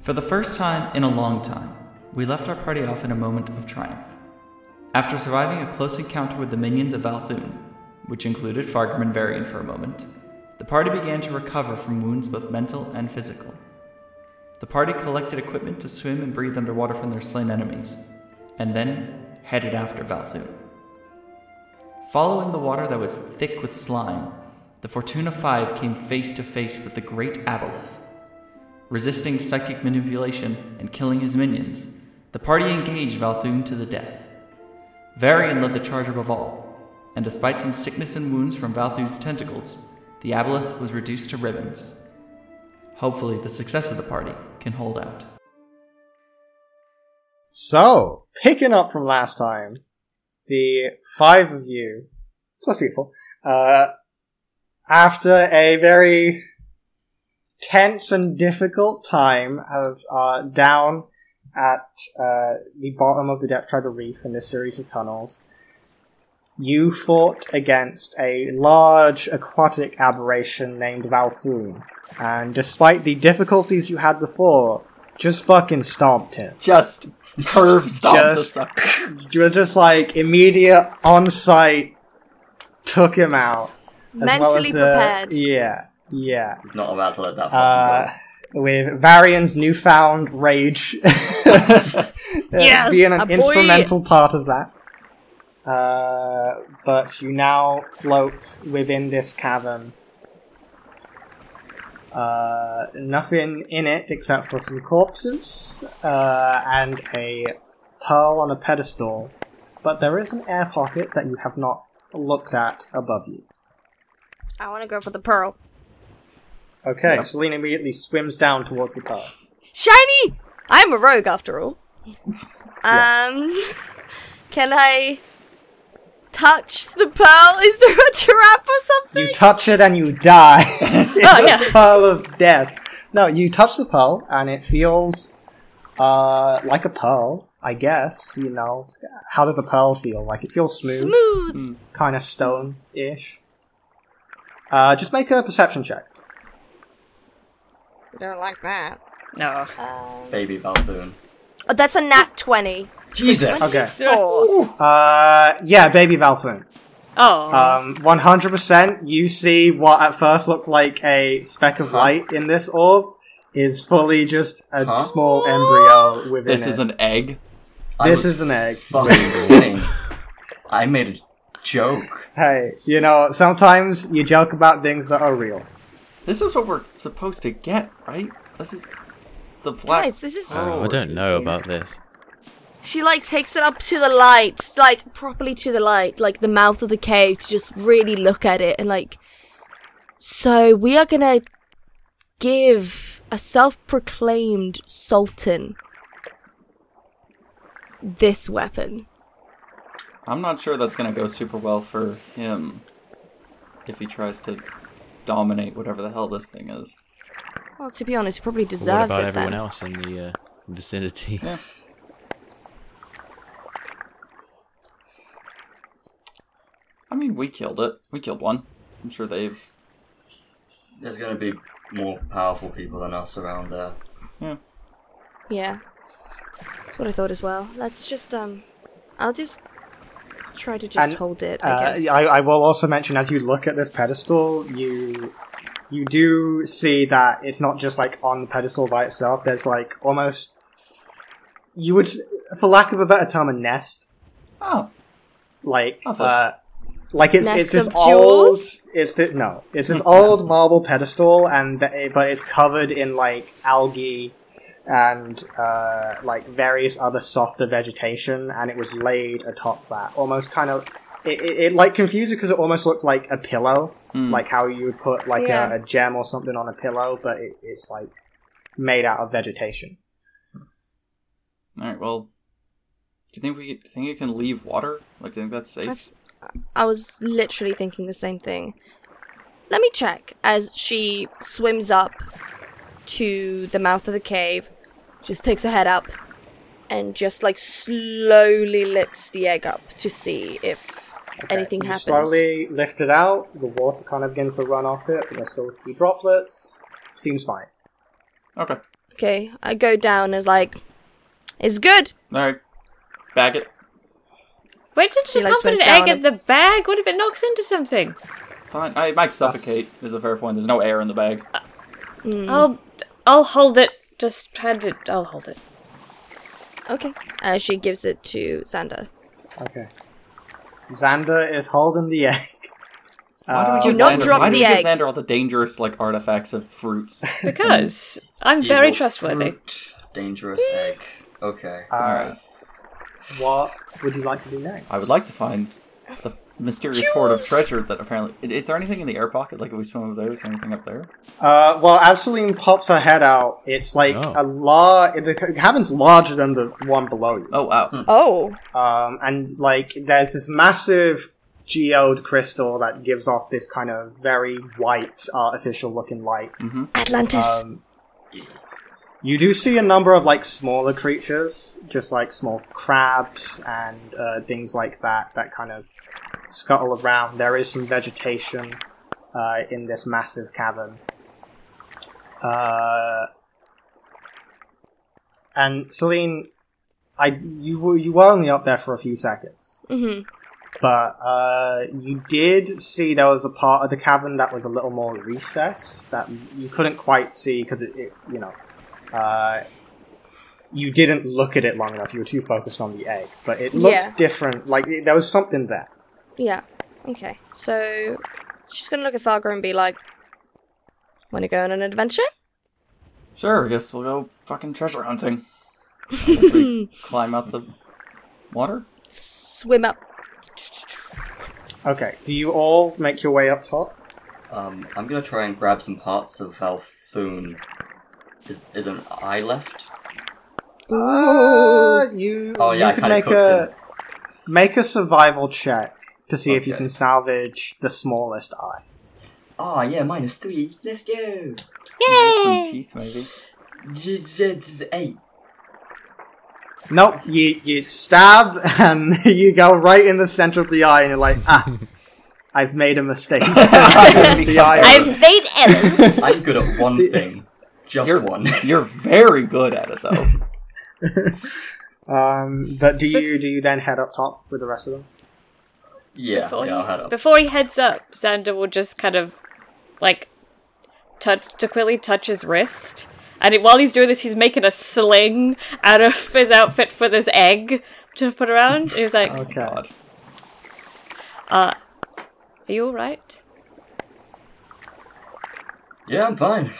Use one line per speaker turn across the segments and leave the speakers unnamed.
For the first time in a long time, we left our party off in a moment of triumph. After surviving a close encounter with the minions of Valthun, which included Fargrim and Varian for a moment, the party began to recover from wounds both mental and physical. The party collected equipment to swim and breathe underwater from their slain enemies, and then headed after Valthun. Following the water that was thick with slime, the Fortuna Five came face to face with the great Aboleth. Resisting psychic manipulation and killing his minions, the party engaged Valthun to the death. Varian led the charge above all, and despite some sickness and wounds from Valthun's tentacles, the Aboleth was reduced to ribbons. Hopefully, the success of the party can hold out.
So, picking up from last time, the five of you, plus beautiful, uh, after a very tense and difficult time of uh, down at uh, the bottom of the Depth Trader Reef in this series of tunnels, you fought against a large aquatic aberration named Valthun, and despite the difficulties you had before, just fucking stomped it.
Just curve stomp the
Just-
sucker.
It was just like immediate on site, took him out. as well as
Mentally
the-
prepared.
Yeah, yeah.
Not about to let that fucking
Uh,
go.
with Varian's newfound rage uh,
Yes,
being
a
an
boy.
instrumental part of that. Uh, but you now float within this cavern. Uh, nothing in it except for some corpses uh, and a pearl on a pedestal. But there is an air pocket that you have not looked at above you.
I want to go for the pearl.
Okay, Selene immediately swims down towards the pearl.
Shiny! I'm a rogue after all.
Yes.
Um, can I touch the pearl? Is there a trap or something?
You touch it and you die. it's
Oh, yeah.
a pearl of death. No, you touch the pearl and it feels uh, like a pearl, I guess. You know, how does a pearl feel? Like it feels smooth,
Smooth.
kind of stone ish. Uh, just make a perception check.
I don't like that.
No.
Baby Valfoon.
Oh, that's a nat twenty. Oh,
Jesus!
Okay.
Four.
Uh, yeah, baby Valfun.
Oh.
Um, 100%, you see what at first looked like a speck of light in this orb is fully just a
Huh?
small embryo within
This
it.
is an egg.
I
this
was
is an egg.
fucking winning. I made a joke.
Hey, you know, sometimes you joke about things that are real.
This is what we're supposed to get, right? This is the black.
Guys, this is.
Oh,
I don't know about this.
She like takes it up to the light, like properly to the light, like the mouth of the cave to just really look at it and like. So we are gonna give a self-proclaimed sultan this weapon.
I'm not sure that's gonna go super well for him if he tries to dominate whatever the hell this thing is.
Well, to be honest, he probably
But what
deserves
about
it
everyone
then.
else in the uh, vicinity?
Yeah. I mean, we killed it. We killed one. I'm sure they've.
There's gonna be more powerful people than us around there.
Yeah, that's what I thought as well. Let's just um, I'll just try to just
And,
hold it. I
Uh,
guess.
I, I will also mention as you look at this pedestal, you you do see that it's not just like on the pedestal by itself. There's like almost you would, for lack of a better term, a nest.
Oh,
Like
Of a-
uh, like it's
Nest
it's this
of
old
jewels?
it's this, no it's this old marble pedestal and th- but it's covered in like algae and uh, like various other softer vegetation and it was laid atop that almost kind of it, it, it like confused because it almost looked like a pillow like how you would put like
Yeah.
a, a gem or something on a pillow but it, it's like made out of vegetation
all right. Well, do you think we think it can leave water? Like, do you think that's safe?
That's, I was literally thinking the same thing. Let me check as she swims up to the mouth of the cave, just takes her head up, and just like slowly lifts the egg up to see if anything
You
happens.
Slowly lift it out. The water kind of begins to run off it, but there's still a few droplets. Seems fine.
Okay.
Okay, I go down as like, it's good.
Alright. Bag it.
Where did
She
the
likes
company
my
egg
salad.
in the bag? What if it knocks into something?
Fine. I, it might suffocate, is a fair point. There's no air in the bag.
Mm.
I'll I'll hold it. Just hand it. I'll hold it.
Okay. Uh, she gives it to Xander.
Okay. Xander is holding the egg.
Why
do not drop
why Uh, do
the
we
egg.
give Xander all the dangerous like artifacts of fruits?
Because I'm very
Evil
trustworthy.
fruit, dangerous egg. Okay.
Alright. What would you like to do next?
I would like to find the mysterious hoard of treasure that apparently. i- Is there anything in the air pocket? Like, if we swim over there, is there anything up there?
Uh, well, as Celine pops her head out, it's like
Oh.
a large. It it happens larger than the one below you.
Oh, wow.
Oh.
Um, and like, there's this massive geode crystal that gives off this kind of very white, artificial-looking light.
Atlantis.
Um, you do see a number of like smaller creatures, just like small crabs and uh, things like that, that kind of scuttle around. There is some vegetation uh, in this massive cavern. Uh, and Celine, I you were you were only up there for a few seconds
hmm
but uh, you did see there was a part of the cavern that was a little more recessed that you couldn't quite see because it, it, you know, uh, you didn't look at it long enough. You were too focused on the egg, but it looked
Yeah.
different. Like it, there was something there.
Yeah. Okay. So she's gonna look at Fargo and be like, "Want to go on an adventure?"
Sure, I guess we'll go fucking treasure hunting. I guess we climb out the water?
Swim up.
Okay, do you all make your way up top?
Um, I'm gonna try and grab some parts of Valfoon. Is, is an eye left?
Uh, you
Oh,
you
yeah, I
could
kinda
make a
cooked
make a survival check to see if you
Okay.
can salvage the smallest eye.
Ah, yeah, minus three. Let's go.
Some teeth, maybe?
Z- z- z- Eight.
Nope, you you stab and you go right in the center of the eye, and you're like, ah, I've made a mistake. the eye.
I've made Ellen.
I'm good at one thing. Just
You're
one.
You're very good at it, though.
Um, but do you do you then head up top with the rest of them?
yeah,
before,
yeah, I'll head
he,
up.
before he heads up, Xander will just kind of like touch Jaquili touch his wrist. And it, while he's doing this, he's making a sling out of his outfit for this egg to put around. He was like,
Okay.
God.
Are you alright?
Yeah, I'm fine.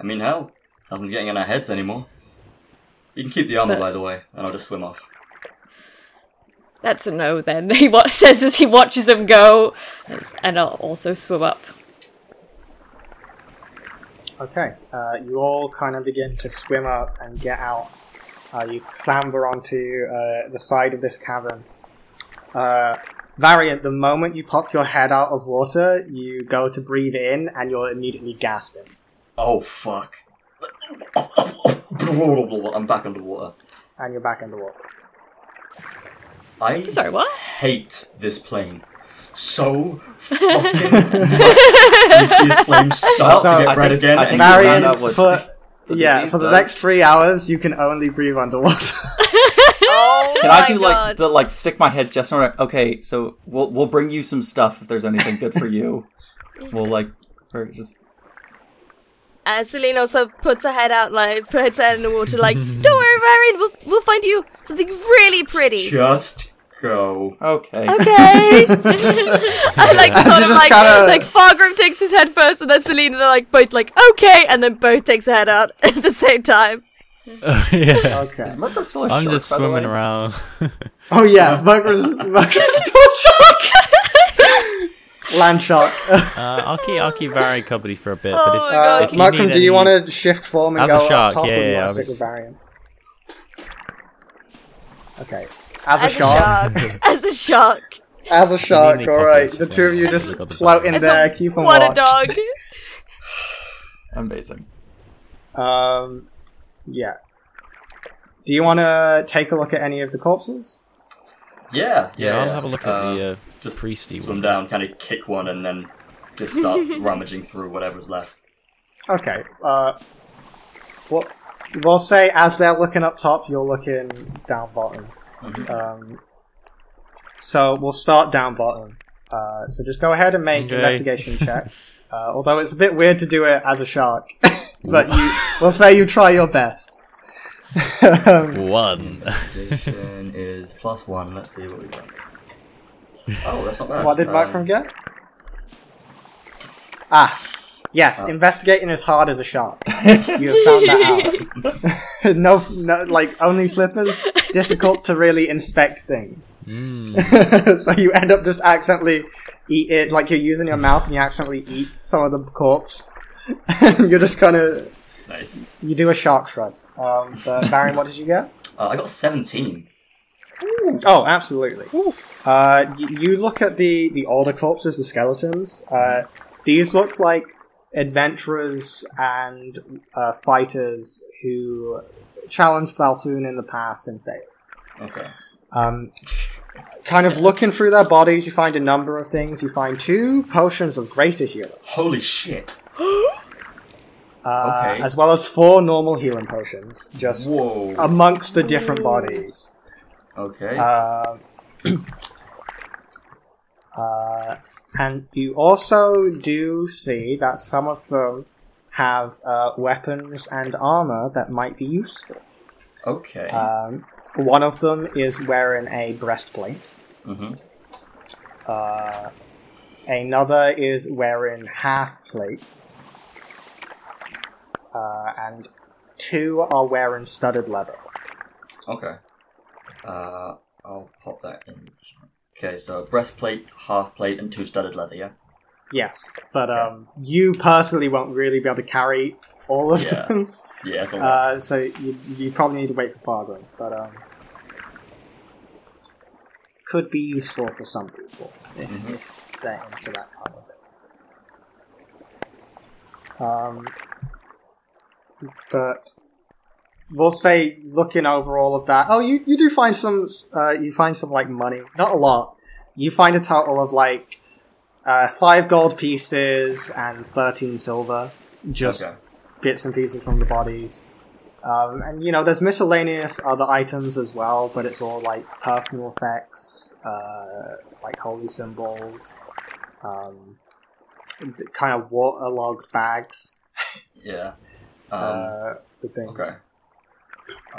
I mean, hell, nothing's getting in our heads anymore. You can keep the armor,
But-
by the way, and I'll just swim off.
That's a no then. He wa- says as he watches him go. That's- And I'll also swim up.
Okay. Uh, you all kind of begin to swim up and get out. Uh, you clamber onto uh, the side of this cavern. Uh, Variant, the moment you pop your head out of water, you go to breathe in, and you're immediately gasping.
Oh, fuck. I'm back underwater.
And you're back underwater.
I
Sorry, what?
hate this plane. So fucking much. You see this plane
So,
start to
I
get red
think-
again,
I
and
think Marion-
you land
Variant,
found out what
for,
the
yeah,
disease
for the
does.
next three hours, you can only breathe underwater.
Oh
Can I do like the like stick my head just on? Okay, so we'll we'll bring you some stuff if there's anything good for you. We'll like or just
Uh, Celine also puts her head out, like puts her head in the water, like, "Don't worry, Marion. We'll we'll find you something really pretty."
just go.
okay.
Okay. I like sort of
just
like
kinda-
like Fargrim takes his head first, and then Celine and they're like both like okay, and then both takes her head out at the same time.
Oh, yeah.
Okay.
Is Mercury still a
I'm
shark,
just
by the
swimming
way?
around. Uh,
Oh yeah, Mugger's Land shark.
uh, I'll keep I'll keep Barry company for a bit.
Oh my God.
But
Uh,
if, if you
Mugger,
need
do you
any-
want to shift form and
As a
go
shark,
up top,
yeah,
or do you want
yeah,
to
I'll
stick
be-
with Varian? Okay, as,
As
a shark,
as a shark,
as a shark.
Really
All right,
popular
the two of you
shark.
just
Look up the
float
shark.
in
As a-
there, uh, keep on
what
watch.
a dog.
Amazing.
Um, yeah. Do you want to take a look at any of the corpses?
Yeah, yeah.
Yeah, I'll
yeah. Um,
have a look at the uh,
just
priesty
swim
one.
down, kind of kick one, and then just start rummaging through whatever's left.
Okay. Uh, What we'll say as they're looking up top, you're looking down bottom. Um, so we'll start down bottom. Uh, so just go ahead and make
Okay.
investigation checks. Uh, although it's a bit weird to do it as a shark, but you, we'll say you try your best. um,
uh, One.
Addition is plus one. Let's see what we got. Oh, that's not bad.
what did
Um,
Markram get? Ah, yes. Investigating is hard as a shark. you have found that out. no, no, like only flippers. Difficult to really inspect things. so you end up just accidentally eat it. Like you're using your mouth and you accidentally eat some of the corpse. you're just kind of
Nice.
you do a shark shrug. Um, but Baron, what did you get?
Uh, I got seventeen.
Oh, absolutely. Uh, y- you look at the the older corpses, the skeletons. Uh, these look like adventurers and uh, fighters who challenged Falfoon in the past and failed.
Okay.
Um, kind of looking through their bodies, you find a number of things. You find two potions of greater healing,
Holy shit.
uh,
Okay.
as Um, well as four normal healing potions, just
Whoa.
amongst the different bodies.
okay.
Um, uh, and you also do see that some of them have uh, weapons and armor that might be useful.
okay.
Um, one of them is wearing a breastplate.
mm-hmm.
Uh, another is wearing half plate. Uh, and two are wearing studded leather.
Okay. Uh, I'll pop that in. Okay, so breastplate, half plate, and two studded leather. Yeah.
Yes, but um, you personally won't really be able to carry all of
Yeah.
them.
Yeah, that's a lot.
Uh, so you, you probably need to wait for Fargo, but um, could be useful for some people if, if they're into that kind of thing. Um, but we'll say looking over all of that. Oh, you, you do find some. Uh, you find some like money, not a lot. You find a total of like uh, five gold pieces and thirteen silver. Just
okay.
bits and pieces from the bodies. Um, and you know, there's miscellaneous other items as well, but it's all like personal effects, uh, like holy symbols, um, th- kind of waterlogged bags
Yeah. Um,
uh, with things.
okay.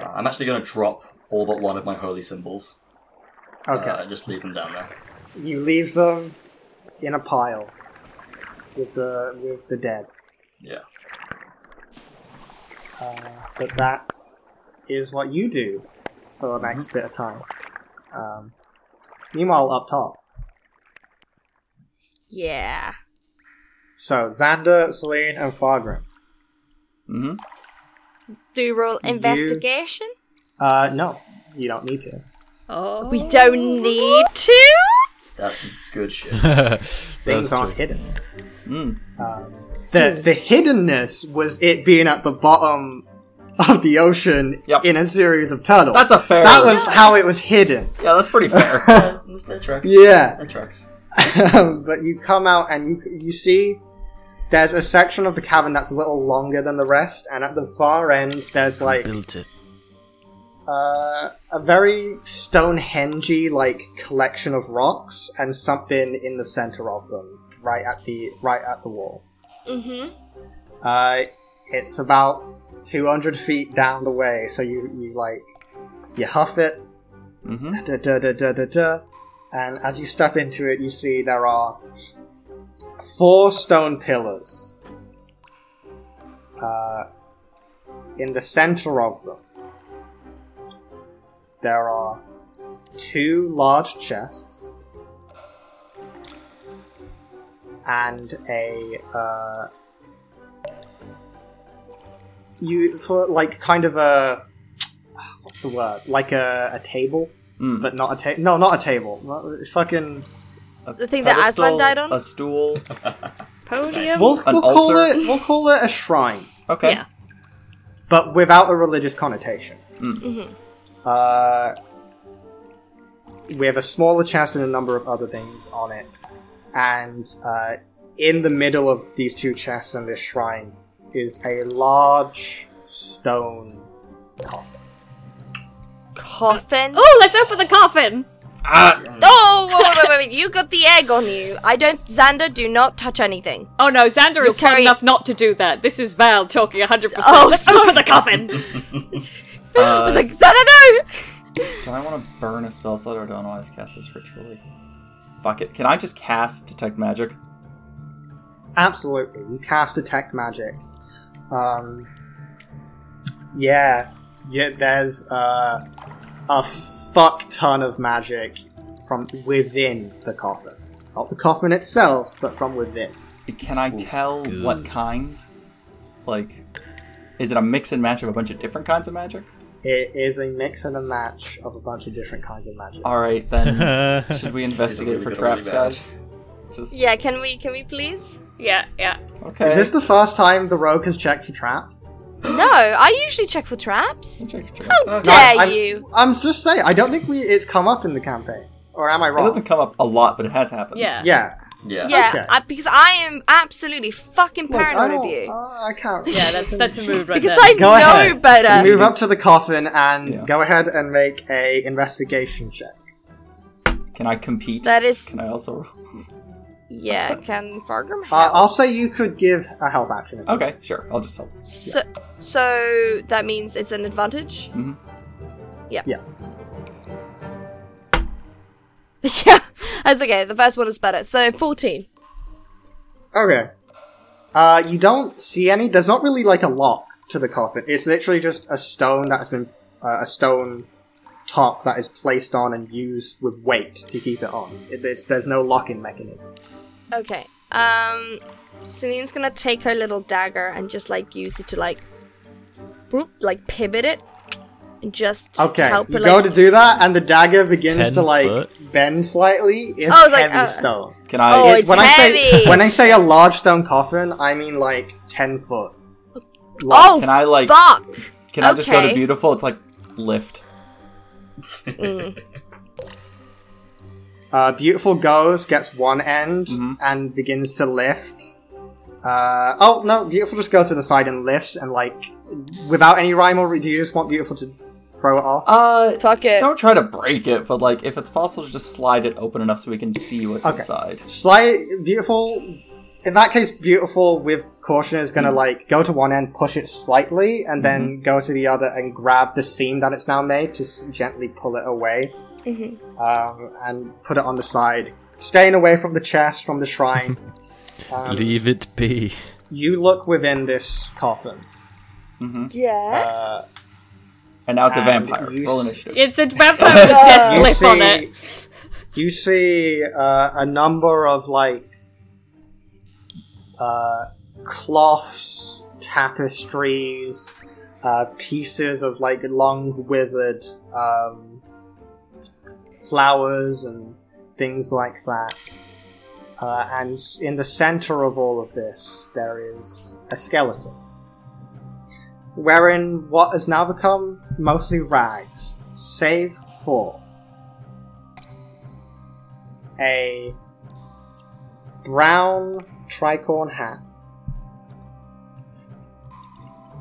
Uh, I'm actually gonna drop all but one of my holy symbols.
Okay.
Uh, just leave them down there.
You leave them in a pile with the with the dead.
Yeah.
Uh, but that is what you do for the next
Mm-hmm.
bit of time. Um, meanwhile, up top.
Yeah.
So Xander, Celine, and Fargrim.
Mm-hmm.
Do you roll
You-
investigation?
Uh, no, you don't need to.
Oh,
We don't need to?
That's some good shit.
Things
That's
aren't
true.
hidden.
Mm.
Um, the the hiddenness was it being at the bottom of the ocean
Yep.
in a series of tunnels.
That's a fair.
that was how it was hidden.
yeah, that's pretty fair.
Uh, there's no tracks.
Yeah,
No tracks.
but you come out and you you see there's a section of the cavern that's a little longer than the rest, and at the far end there's like
Built it.
uh, a very Stonehenge like collection of rocks and something in the center of them, right at the right at the wall.
Mm-hmm.
Uh, it's about two hundred feet down the way, so you you like you huff it,
mm-hmm.
da da da da da da, and as you step into it, you see there are four stone pillars. Uh, in the center of them, there are two large chests and a uh, you for like kind of a what's the word like a, a table
Mm.
but not a table. No, not a table. Not- Fucking.
A
The thing that
pedestal,
Aslan died on?
A stool.
podium.
We'll,
An
we'll call
altar?
it. We'll call it a shrine,
Okay.
Yeah.
but without a religious connotation.
Hmm.
Mhm.
Uh, we have a smaller chest and a number of other things on it, and uh, in the middle of these two chests and this shrine is a large stone coffin.
Coffin?
Oh, let's open the coffin.
Ah!
Oh, wait, wait, wait, wait. You got the egg on you. I don't. Xander, do not touch anything.
Oh no, Xander is smart
carry-
enough not to do that. This is Val talking 100%.
Oh,
let's
sorry.
open the coffin.
Uh,
I was like, Xander, no!
Do I want to burn a spell slot or do I want to cast this ritually? Fuck it. Can I just cast detect magic?
Absolutely, you cast detect magic. Um, yeah, yeah. There's uh, a fuck ton of magic from within the coffin, not the coffin itself, but from within.
Can I tell
good.
what kind? Like, is it a mix and match of a bunch of different kinds of magic?
It is a mix and a match of a bunch of different kinds of magic.
All right then. Should we
This
investigate
is
for
really good,
traps,
really
guys?
bad.
Just
Yeah, can we? Can we please?
yeah, yeah.
Okay.
Is this the first time the rogue has checked for traps?
No, I usually check for traps.
Check your trap.
How
Uh,
Okay.
dare
I'm,
you?
I'm just saying. I don't think we. It's come up in the campaign, or am I
It
wrong?
doesn't come up a lot, but it has happened.
Yeah.
Yeah.
Yeah.
Yeah,
Okay.
I, because I am absolutely fucking
Look, I
paranoid
don't-
of you.
uh, I can't.
Yeah, that's that's a mood right
because
there.
I
Go
know
ahead.
better.
Move up to the coffin and
Yeah.
go ahead and make a investigation check.
Can I compete?
That is,
Can I also roll?
yeah. Can Fargrim
Uh,
help?
I'll say you could give a help action. if you
Okay, sure. I'll just help.
so, so that means it's an advantage.
Mhm.
Mm.
Yeah.
Yeah.
yeah, that's okay. The first one is better. So fourteen.
want. Okay. Uh, you don't see any. There's not really like a lock to the coffin. It's literally just a stone that has been uh, a stone top that is placed on and used with weight to keep it on. It, there's, there's no locking mechanism.
Okay. Um, Celine's gonna take her little dagger and just like use it to like, boop, like pivot it, and just
Okay,
help
you
her.
go
like,
to do that, and the dagger begins
Ten
to like
foot?
bend slightly. It's
I was like,
heavy
uh,
stone.
Can I?
Oh,
It's-
it's
when I say
heavy.
when I say a large stone coffin, I mean like ten foot. Like,
oh,
Can I like?
fuck!
Can I just go to
okay.
beautiful? It's like lift.
uh, beautiful goes gets one end and begins to lift. Uh, oh no, beautiful just goes to the side and lifts and like without any rhyme or re- do you just want beautiful to throw it off?
Uh,
Fuck it.
don't try to break it, but like if it's possible, to just slide it open enough so we can see what's
Okay.
inside.
Slight beautiful. In that case, beautiful with caution is gonna like go to one end, push it slightly, and then go to the other and grab the seam that it's now made to s- gently pull it away, um, and put it on the side, staying away from the chest, from the shrine. um,
Leave it be.
you look within this coffin.
Yeah.
Uh,
Mm-hmm. And now it's a
And
vampire.
you
Roll
s-
initiative.
It's a vampire with death lip on it.
You see uh, a number of like uh, cloths, tapestries, uh, pieces of like long withered um, flowers and things like that. Uh, and in the center of all of this, there is a skeleton. Wearing what has now become mostly rags, save for a brown tricorn hat,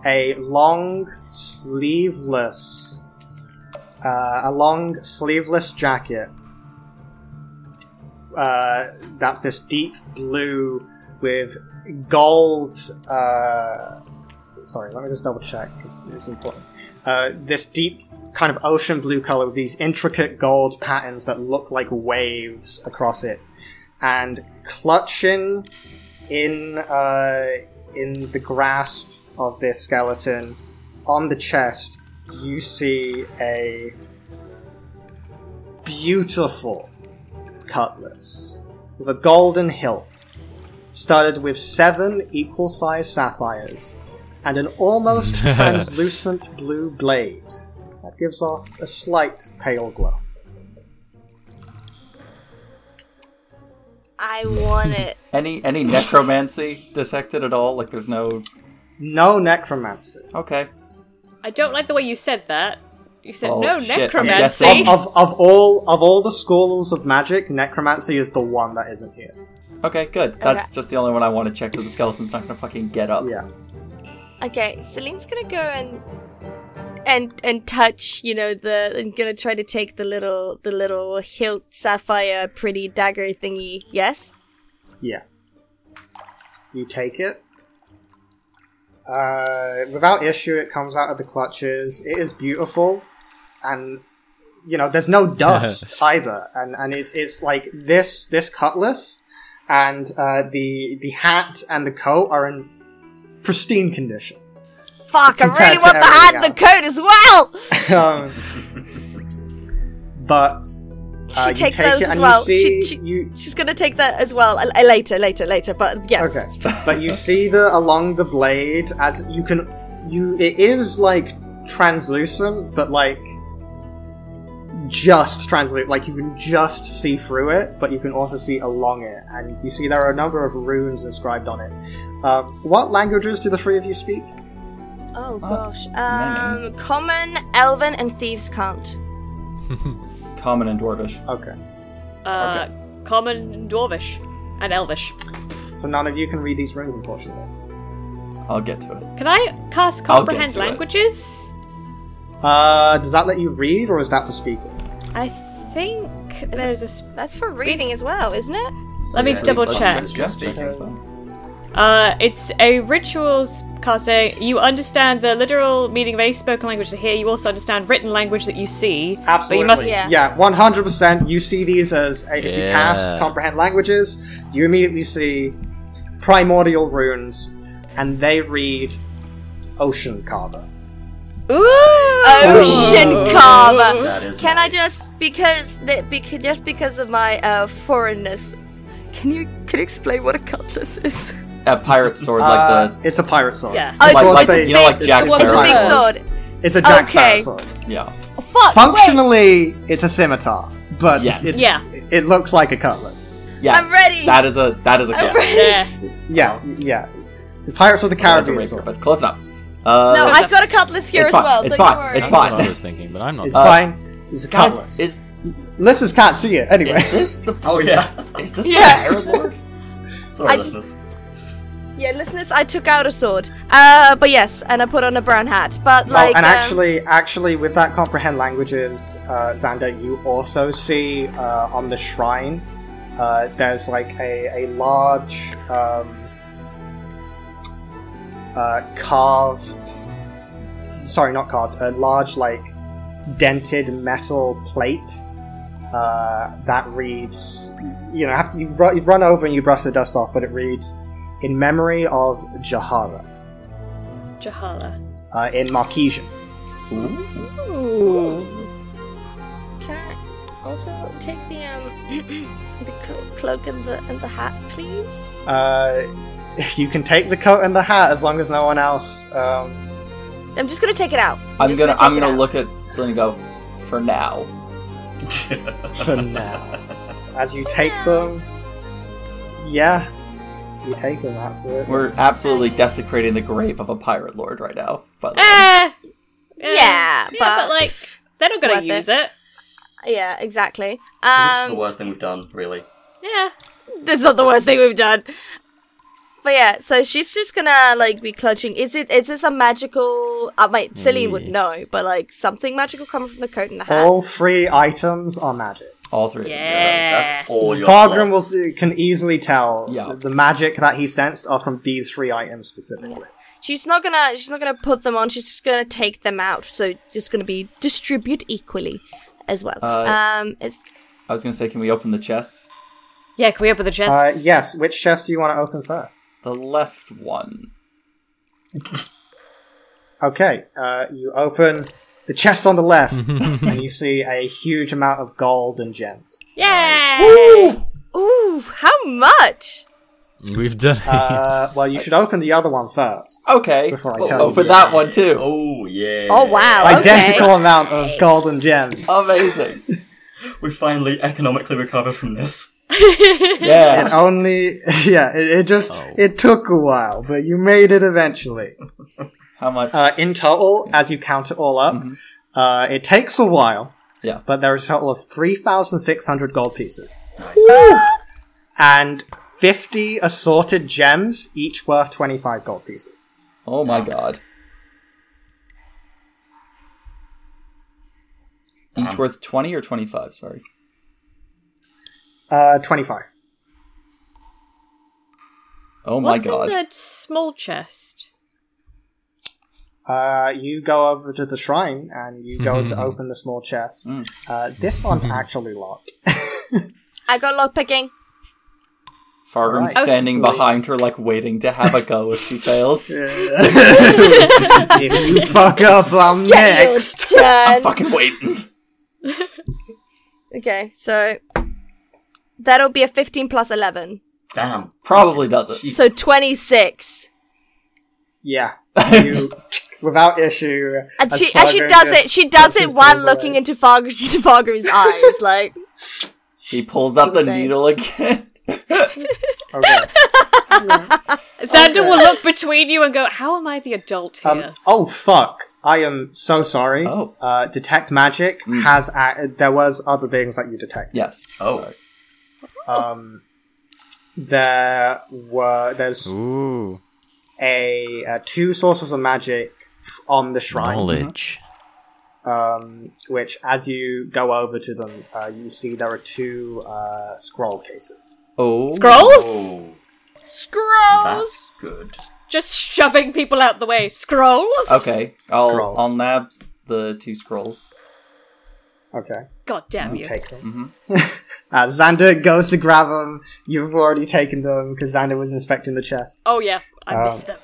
a long sleeveless, uh, a long sleeveless jacket. Uh, that's this deep blue with gold. Uh, sorry, let me just double check because it's important. Uh, this deep kind of ocean blue color with these intricate gold patterns that look like waves across it, and clutching in uh, in the grasp of this skeleton on the chest, you see a beautiful cutlass with a golden hilt, studded with seven equal-sized sapphires and an almost translucent blue blade that gives off a slight pale glow.
I want it.
Any any necromancy detected at all? Like there's no.
No necromancy.
Okay.
I don't like the way you said that. You said
Oh,
no
shit.
necromancy.
I'm guessing-
Of, of all of all the schools of magic, necromancy is the one that isn't here.
Okay. Good. That's just the only one I want to check that the skeleton's not gonna fucking get up.
Yeah.
Okay, Celine's gonna go and and and touch, you know, the and gonna try to take the little the little hilt sapphire pretty dagger thingy. Yes.
Yeah. You take it. Uh, without issue, it comes out of the clutches. It is beautiful, and you know, there's no dust either, and and it's it's like this this cutlass, and uh, the the hat and the coat are in pristine condition.
Fuck! I
Compared
really
to
want the hat and the
everything
coat as well.
um, but uh,
she
you
takes
take
those
it and
as
you
well.
see-
she, she,
you
she's gonna take that as well. Uh, later, later, later. But yes.
Okay, but you see the along the blade as you can, you it is like translucent, but like just translucent. Like you can just see through it, but you can also see along it, and you see there are a number of runes inscribed on it. Um, what languages do the three of you speak?
Oh gosh.
many.
Um, common, elven, and thieves can't.
Common and Dwarvish.
Okay,
Uh, Common Dwarvish and Elvish.
so none of you can read these runes, unfortunately.
I'll get to it.
Can I cast
I'll get
Comprehend
to it.
Languages?
Uh, does that let you read, or is that for speaking?
I think there's a. s-
That's for reading as well, isn't it?
Let me
Yeah,
double
let's
check.
do it.
Yes, check as well.
Uh, it's a rituals casting. You understand the literal meaning of any spoken language to hear. You also understand written language that you see.
Absolutely.
But you must.
Yeah.
Yeah, one hundred percent. You see these as uh, if you cast
Yeah.
comprehend languages, you immediately see primordial runes, and they read ocean carver.
Ooh!
Ocean carver.
That is.
Oh, Can I
nice.
just because that because just because of my uh foreignness, can you can you explain what a cutlass is?
A pirate sword, like
Uh, it's a pirate sword.
Yeah.
Oh,
It's
it's-
what
it's
a
they-
big- you know, like Jack
It's
what
a
they
big
call it.
sword.
It's a Jack
Okay.
Sparrow sword.
the yeah.
Oh, fuck. wait.
Functionally, it's a scimitar, but
Yes.
it,
Yeah.
it looks like a cutlass.
Yes,
I'm ready.
That is a that is a
I'm
yeah.
ready.
Yeah.
Yeah, yeah. The Pirates of the
That's a
Caribbean.
rapier,
sword.
but close enough. Uh,
No, I've got a cutlass here
It's
as
fine,
well.
it's
don't you
fine,
worry.
it's
That's what
fine.
I was thinking, but I'm not.
It's
Uh,
fine. It's a cutlass.
guys, is
Listeners can't see it anyway.
is this the
Oh yeah.
is this
Yeah.
the Arab Lord?
Sorry,
I just-
listeners.
Yeah, listeners, I took out a sword. Uh, but yes, and I put on a brown hat. But like,
oh, and
um,
actually, actually, with that comprehend languages, uh, Xander, you also see uh, on the shrine uh, there's like a a large um, uh, carved, sorry, not carved, a large like dented metal plate uh, that reads, you know, after you, ru- you run over and you brush the dust off, but it reads, in memory of Jahara
Jahala.
uh, in Marquesian.
Ooh.
Can I also take the um the clo- cloak and the and the hat, please?
Uh, you can take the coat and the hat as long as no one else. Um,
I'm just gonna take it out.
I'm
just
gonna
take
I'm
it
gonna
out.
look at Celine and go for now.
for now, as you take them, yeah, you take them absolutely.
We're absolutely desecrating the grave of a pirate lord right now. But
Eh. Eh.
Yeah,
Yeah,
but-
but like they're not gonna
Worth it.
use it.
Yeah, exactly.
This is the
Um,
worst thing we've done, really.
Yeah.
this is not the worst thing we've done. But yeah, so she's just gonna like be clutching. Is it? Is this a magical? I might. Celine would know, but like something magical coming from the coat and the hat.
All three items are magic.
all three. of them.
Yeah.
That's all your.
Vargrim will
plots.
can easily tell
Yeah.
the magic that he sensed are from these three items specifically.
She's not gonna. She's not gonna put them on. She's just gonna take them out. So it's just gonna be distribute equally, as well. um, it's
I was gonna say, can we open the chests?
Yeah. Can we open the chest?
Uh, yes, which chest do you want to open first?
The left one.
Okay, uh, you open the chest on the left, and you see a huge amount of gold and gems.
Yeah.
Oh
ooh, how much?
We've done.
Uh, well, you should open the other one first.
Okay.
Before I
we'll
tell you.
open that one too.
Oh yeah.
Oh wow!
Identical
Okay.
amount of gold and
Oh.
gems.
Amazing.
We finally economically recovered from this.
It
Yeah.
only, yeah, it, it just it took a while, but you made it eventually.
How much?
Uh, in total, as you count it all up, uh, it takes a while,
yeah.
but there is a total of three thousand six hundred gold pieces, and fifty assorted gems, each worth twenty-five gold pieces.
Oh my god. Each
Um.
Damn.
worth 20 or 25, sorry.
Uh, 25.
Oh my
What's
god.
in that small chest?
Uh, you go over to the shrine and you go to open the small chest.
Mm.
Uh, this one's actually locked.
I got lockpicking.
Fargram's
Right.
standing
Absolutely.
behind her, like waiting to have a go if she fails.
if you fuck up, I'm
Get your
next.
turn.
I'm fucking waiting.
okay, so that'll be a 15 plus 11.
Damn.
Probably does it.
So 26.
Yeah. You, without issue.
And
as
she, and she
Fargo
does
just
it. She does it
pushes
while
towards
looking
the-
into Fargrim's, Fargrim's eyes. Like,
He pulls up the
Insane.
needle again.
Okay.
Oh
Xander will look between you and go, How am I the adult here?
Um, Oh fuck! I am so sorry.
Oh.
Uh, detect magic
Hmm.
has. A- there was other things that you detected.
Yes.
Oh.
Sorry.
Um, there were there's
Ooh,
a uh, two sources of magic on the shrine,
knowledge.
um, which as you go over to them, uh, you see there are two uh, scroll cases.
Oh.
Scrolls?
Oh,
scrolls!
that's good.
Just shoving people out the way. Scrolls?
Okay. I'll
Scrolls.
I'll nab the two scrolls.
Okay,
God damn you.
take them.
Mhm.
uh, Xander goes to grab them. You've already taken them because Xander was inspecting the chest.
Oh, yeah. I
Um,
missed them.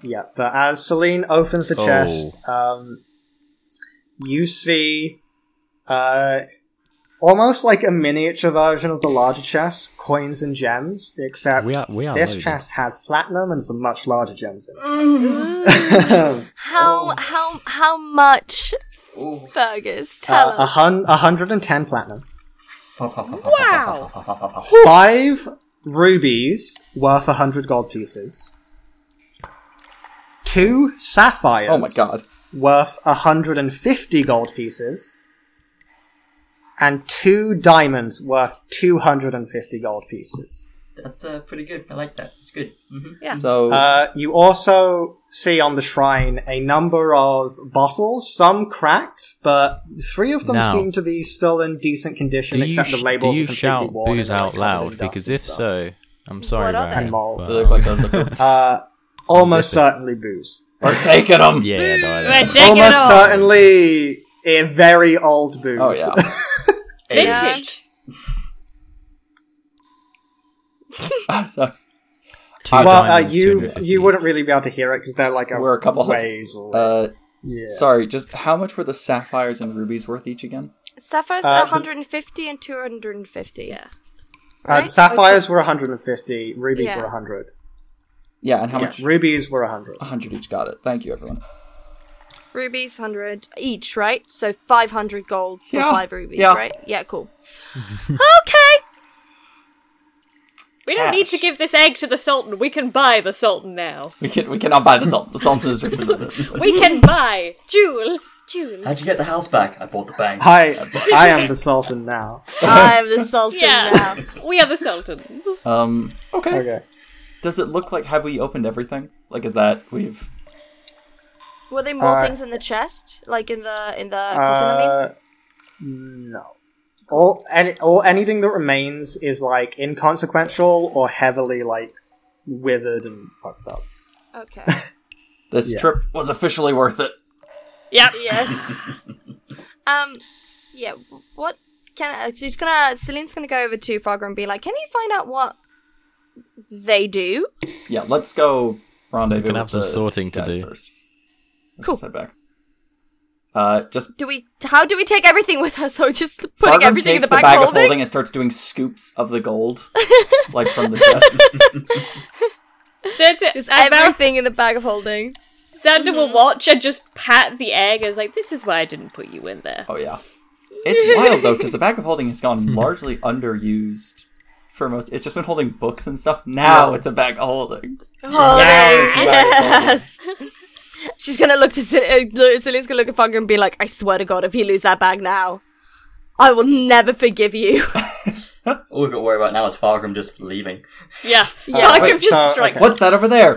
Yeah, but as Celine opens the
Oh.
chest, um, you see uh, almost like a miniature version of the larger chest, coins and gems, except
We are- we are
this
loaded.
chest has platinum and some much larger gems in it.
How, how, how much,
Ooh.
Fergus? Tell
uh,
us.
a hun- 110 platinum.
Wow.
Five rubies worth 100 gold pieces. Two sapphires.
Oh my god.
worth 150 gold pieces and two diamonds worth 250 gold pieces.
That's uh, pretty good. I like that. It's good. hmm
Yeah.
So
Uh, you also see on the shrine a number of bottles, some cracked, but three of them
Now,
seem to be still in decent condition,
Do you,
except
sh-
the labels
do
are
you
completely
shout
worn and
booze
are, like,
out
covered in
loud?
dust
Because
and
if
stuff.
so, I'm sorry,
What are
Ryan,
they?
Mold.
they look like a
Uh, almost certainly booze.
We're taking them.
yeah, no, I
We're
don't.
taking
almost
it all.
certainly a very old booze.
Oh yeah.
Vintage.
Ah, so-
Two
well, uh,
diamonds,
you
250.
you wouldn't really be able to hear it because they're like a,
We're a couple hundred-
ways. away.
Uh,
yeah.
sorry. Just how much were the sapphires and rubies worth each again?
Sapphires
Uh,
are
the-
150 and 250.
Yeah.
Uh,
right?
sapphires were 150. Rubies
Yeah.
were 100.
Yeah, and how
Yeah,
much?
Rubies were 100.
A hundred each. Got it. Thank you, everyone.
Rubies, 100 each, right? So 500 gold for
Yeah.
5 rubies,
Yeah.
right? Yeah, cool. okay!
We don't need to
Cash.
give this egg to the Sultan. We can buy the Sultan now.
We can we cannot buy the salt. The salt is richer than this.
We can buy jewels. Jewels.
How'd you get the house back? I bought the bank.
Hi, I am the Sultan now.
I'm the Sultan
Yeah.
now.
we are the Sultans.
Um. Okay.
Okay.
Does it look like have we opened everything? Like is that we've?
Were there more
Uh,
things in the chest? Like in the in the coffin, I mean?
Uh, no. All, any, all anything that remains is like inconsequential or heavily like withered and fucked up.
Okay.
This
Yeah.
trip was officially worth it.
Yep.
yes. Um, yeah, what can I, she's gonna, Celine's gonna go over to Fargo and be like, can you find out what they do?
Yeah. Let's go rendezvous.
We're gonna have
with
some
the
sorting to
guys
do.
first. Let's
Cool.
just head back. Uh, just
Do we, how do we take everything with us? Or just putting
Fargo
everything in
takes
the bag,
bag
holding?
of holding and starts doing scoops of the gold, like from the chest.
That's it. Mm-hmm.
Just
And now
everything in the bag of holding.
Xander will watch and just pat the egg as like, this is why I didn't put you in there.
Oh yeah, it's wild though because the bag of holding has
Hmm.
gone largely underused for most. It's just been holding books and stuff. Now it's a bag of holding.
Holding.
Yes,
Yes. She's gonna look to Cel- uh, look- Celine's gonna look at Funga and be like, I swear to God, if you lose that bag now, I will never forgive you.
All we've got to worry about now is Fargrim just leaving.
Yeah.
Yeah.
Fargrim
Wait,
just
so-
strikes.
okay.
What's that over there?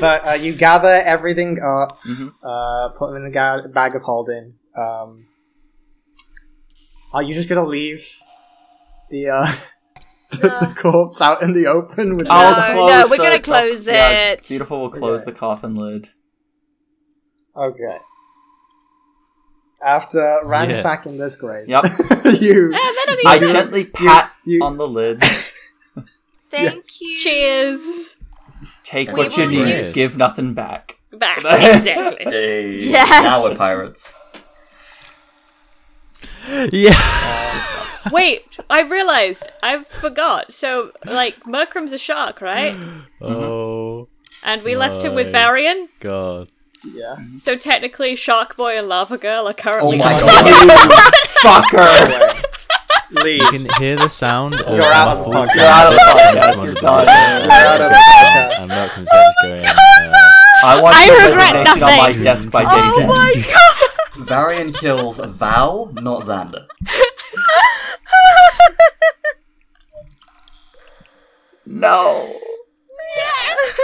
but uh, you gather everything up, uh, put them in the ga- bag of holding. Um, are you just gonna leave the uh, the, the corpse out in the open with?
I'll
the-
No, no, we're gonna close
yeah,
it.
Beautiful will close the coffin lid.
Okay. After ransacking this grave,
Yep.
you
I gently pat
you-
on the lid.
Thank you.
Cheers.
Take
We
what you
will
need.
use-
Give nothing back.
Back exactly.
Hey,
Yes!
Now we're pirates.
yeah.
Wait, I realized I forgot. So like Mercrim's a shark, right?
Oh
And we left him with
Right.
Varian.
god.
yeah.
So technically, Shark Boy and Lava Girl are currently.
Oh
oh,
god.
Fucker!
Anyway, leave.
You can hear the sound of
You're out of the
muffled
podcast.
You're out of the
footsteps
podcast.
on
You're
the
done.
You're out of the
ground,
podcast.
And Malcolm's head is going. Uh,
I want
I
your
regret
resignation on my
nothing.
desk by
Oh
day's end.
my
Varian kills Val, not Xander.
No. No.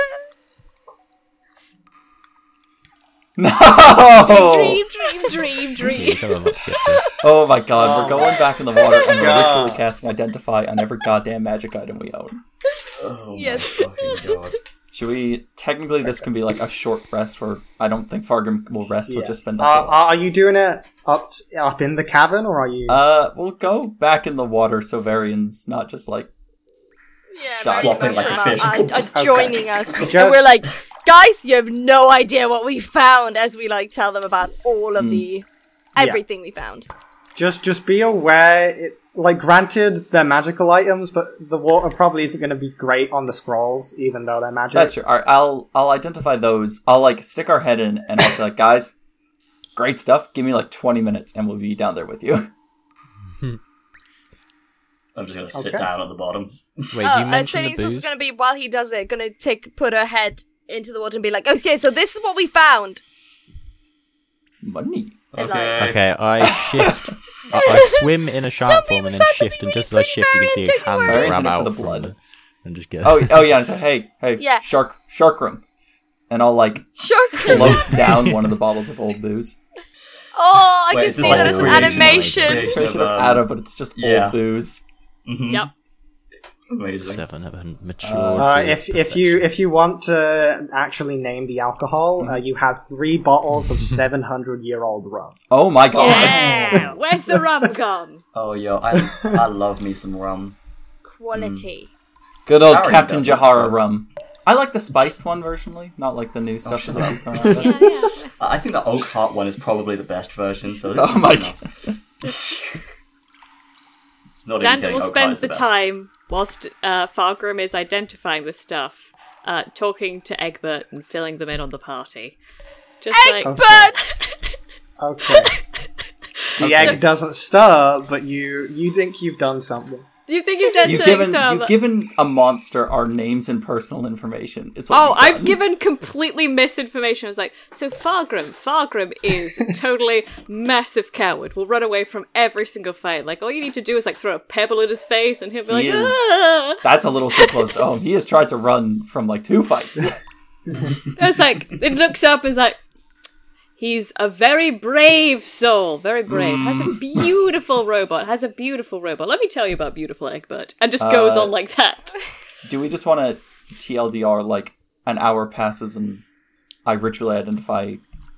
Oh.
Dream, dream, dream,
yeah,
dream.
you've got a lot to get through.
Oh my god, we're going back in the water and we're
God.
literally casting identify on every goddamn magic item we own.
Oh
Yes.
my fucking god.
Should we technically this can be like a short rest where I don't think Fargrim will rest, he'll
Yeah.
just spend the
Uh,
whole
are you doing it up up in the cavern, or are you?
Uh, we'll go back in the water so Varian's not just like
Yeah,
Stop
Mary
flopping like a
Bertram
fish.
Are, are uh, joining us,
Just-
and we're like, guys, you have no idea what we found. As we like tell them about all
Hmm.
of the everything we found.
Just just be aware. It, like, granted, they're magical items, but the water probably isn't going to be great on the scrolls, even though they're magic.
that's true. Alright, I'll I'll identify those. I'll like stick our head in and I'll say like, guys, great stuff. Give me like twenty minutes and we'll be down there with you.
I'm just gonna sit
Okay.
down at the bottom.
Wait,
Oh,
you
uh,
mentioned the
Celine was
booze.
going to be while he does it, going to take put her head into the water and be like, okay, so this is what we found.
Money.
And,
Okay.
Okay, I shift. I, I swim in a shark form and then shift, and just as I shift, you can see a hand
Varian's in
grab
it for
out
the
from
blood.
the- and just get.
Oh, oh yeah. So hey, hey,
Yeah.
shark, shark room, and I'll like
Sure.
float down one of the bottles of old booze.
Oh, I
Wait,
can
is
see
this like
that
a
as an
creation
animation.
idea?
I should have
Um,
added, but it's just
yeah.
old booze.
Mhm.
Yep.
Amazing.
Seven of them matured.
Uh,
to
if if you if you want to actually name the alcohol,
Mm-hmm.
uh, you have three bottles of seven hundred year old rum.
Oh my god.
Yeah. Where's the rum gone?
Oh yo, I I love me some rum.
Quality.
Good old
Harry
Captain
doesn't.
Jahara rum. I like the spiced one versionally, not like the new stuff
Oh, shut
that
up.
they've come out with.
I I think the oak heart one is probably the best version. So this
Oh
is
my
enough. Not even
Xander
kidding,
will
oak heart
spend
is the
the
best.
time whilst uh, Fargrim is identifying the stuff, uh, talking to Egbert and filling them in on the party. Just like
But
Okay. the egg doesn't stir, but you you think you've done something.
you think you've done
You've
something,
given
so I'm
you've
like-
given a monster our names and personal information. Is what
Oh,
you've
I've
done.
given completely misinformation. I was like, so Fargrim, Fargrim is totally massive coward. Will run away from every single fight. Like all you need to do is like throw a pebble at his face, and he'll be
He
like,
is-
"Ah."
That's a little too close to home. He has tried to run from like two fights.
I was like, it looks up and is like, he's a very brave soul, very brave. Has a beautiful robot. Has a beautiful robot. Let me tell you about beautiful Egbert, and just goes on like that.
Do we just want to TLDR like an hour passes and I ritually identify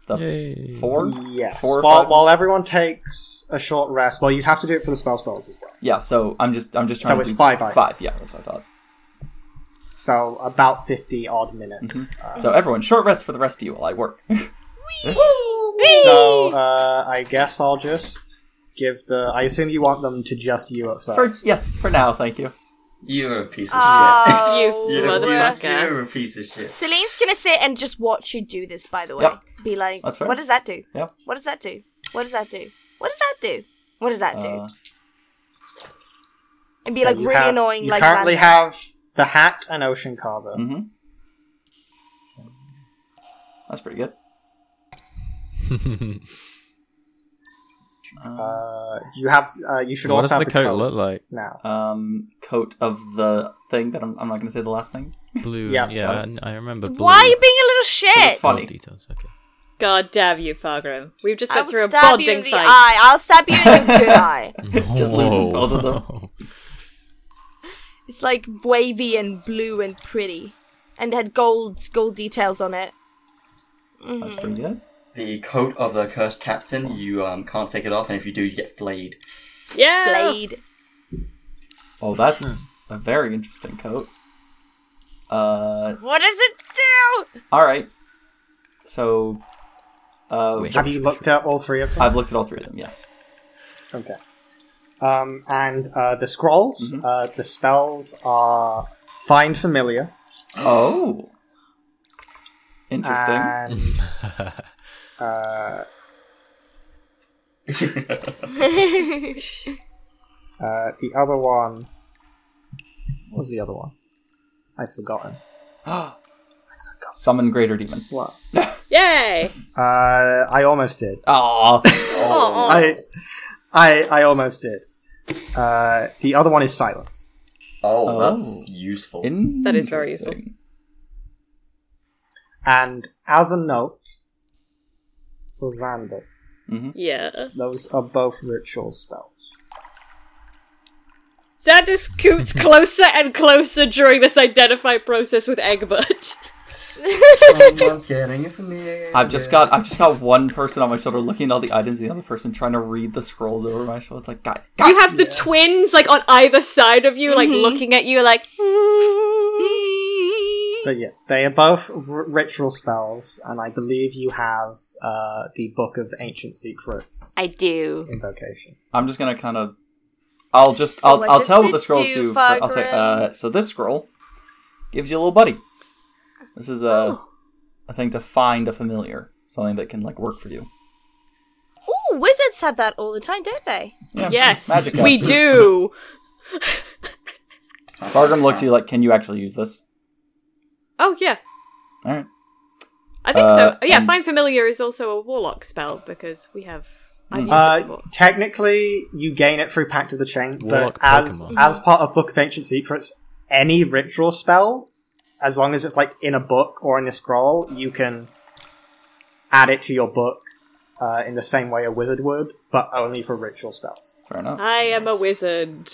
the
Yay.
four?
Yes.
Four or
While,
five?
while everyone takes a short rest, well, you'd have to do it for the spell spells as well.
Yeah, so I'm just I'm just trying to
it's
do
five items.
Five, yeah, that's what I thought.
So about fifty odd minutes. Uh,
So everyone, short rest for the rest of you while I work.
So uh, I guess I'll just give the. I assume you want them to just you at
for
first.
yes, for now, thank you.
You're a piece of shit.
oh,
You-
motherfucker.
You're a piece of shit.
Celine's gonna sit and just watch you do this. By the way,
Yep.
be like,
That's fair.
what does that do?
Yep.
What does that do? What does that do? What does that do? What does that do?
Uh,
and be like
You
really
have-
annoying.
You
like
currently
Xander.
have the hat and ocean carver.
Mm.
hmm That's pretty good.
Uh, you have. Uh, you should
What
also
does the
have
coat, look like? Uh,
now.
um, coat of the thing that I'm, I'm not going to say the last thing.
Blue.
Yeah.
Yeah, yeah I, I remember blue.
Why are you being a little shit?
It's funny.
Details, okay.
God damn you, Fargrim. We've just
I
been through
will
a
stab you in
bonding
the
fight.
eye. I'll stab you in the good eye.
Just loses
Whoa.
both of them.
It's like wavy and blue and pretty, and had gold gold details on it.
That's pretty good.
The coat of the cursed captain, you um, can't take it off, and if you do, you get flayed.
Yeah.
Blade.
Oh, that's a very interesting coat. Uh,
What does it do?
all right. So, uh,
Wait.
Have you looked at all three of them?
Uh,
I've looked at all three of them. Yes.
Okay. Um, and uh, the scrolls,
Mm-hmm.
uh, the spells are find familiar
Oh, interesting.
and uh, the other one. What was the other one? I've forgotten.
Summon greater demon.
What?
Yay.
Uh, I almost did.
Oh,
I, I, I almost did. Uh, the other one is silence.
Oh,
Oh.
that's useful.
That is very useful.
interesting.
And as a note for Xander,
Yeah.
those are both ritual spells.
Xander scoots closer and closer during this identify process with Egbert.
Someone's getting it from me.
I've just got I've just got one person on my shoulder looking at all the items, the other person trying to read the scrolls over my shoulder. It's like guys, guys.
You have the twins like on either side of you,
Mm-hmm.
like looking at you like
But yeah, they are both r- ritual spells, and I believe you have uh, the Book of Ancient Secrets
I do.
invocation.
I'm just gonna kind of. I'll just
So
I'll,
what
I'll
does
tell what
it
the scrolls
do,
do. for- I'll say
Fargrim?
uh, so. This scroll gives you a little buddy. This is a
Oh.
a thing to find a familiar, something that can like work for you.
Ooh, wizards have that all the time, don't they?
Yes.
Magic
we
caster.
do.
Fargrim looks at you like, can you actually use this?
Oh yeah.
All right.
I think
Uh,
so. Oh, yeah,
and-
Find Familiar is also a warlock spell because we have
Hmm.
I've used it
Uh,
before.
technically, you gain it through Pact of the Chain, but
Warlock
as
Mm-hmm.
Pokemon.
as part of Book of Ancient Secrets, any ritual spell, as long as it's like in a book or in a scroll, you can add it to your book uh, in the same way a wizard would, but only for ritual spells.
Fair enough.
I am a wizard.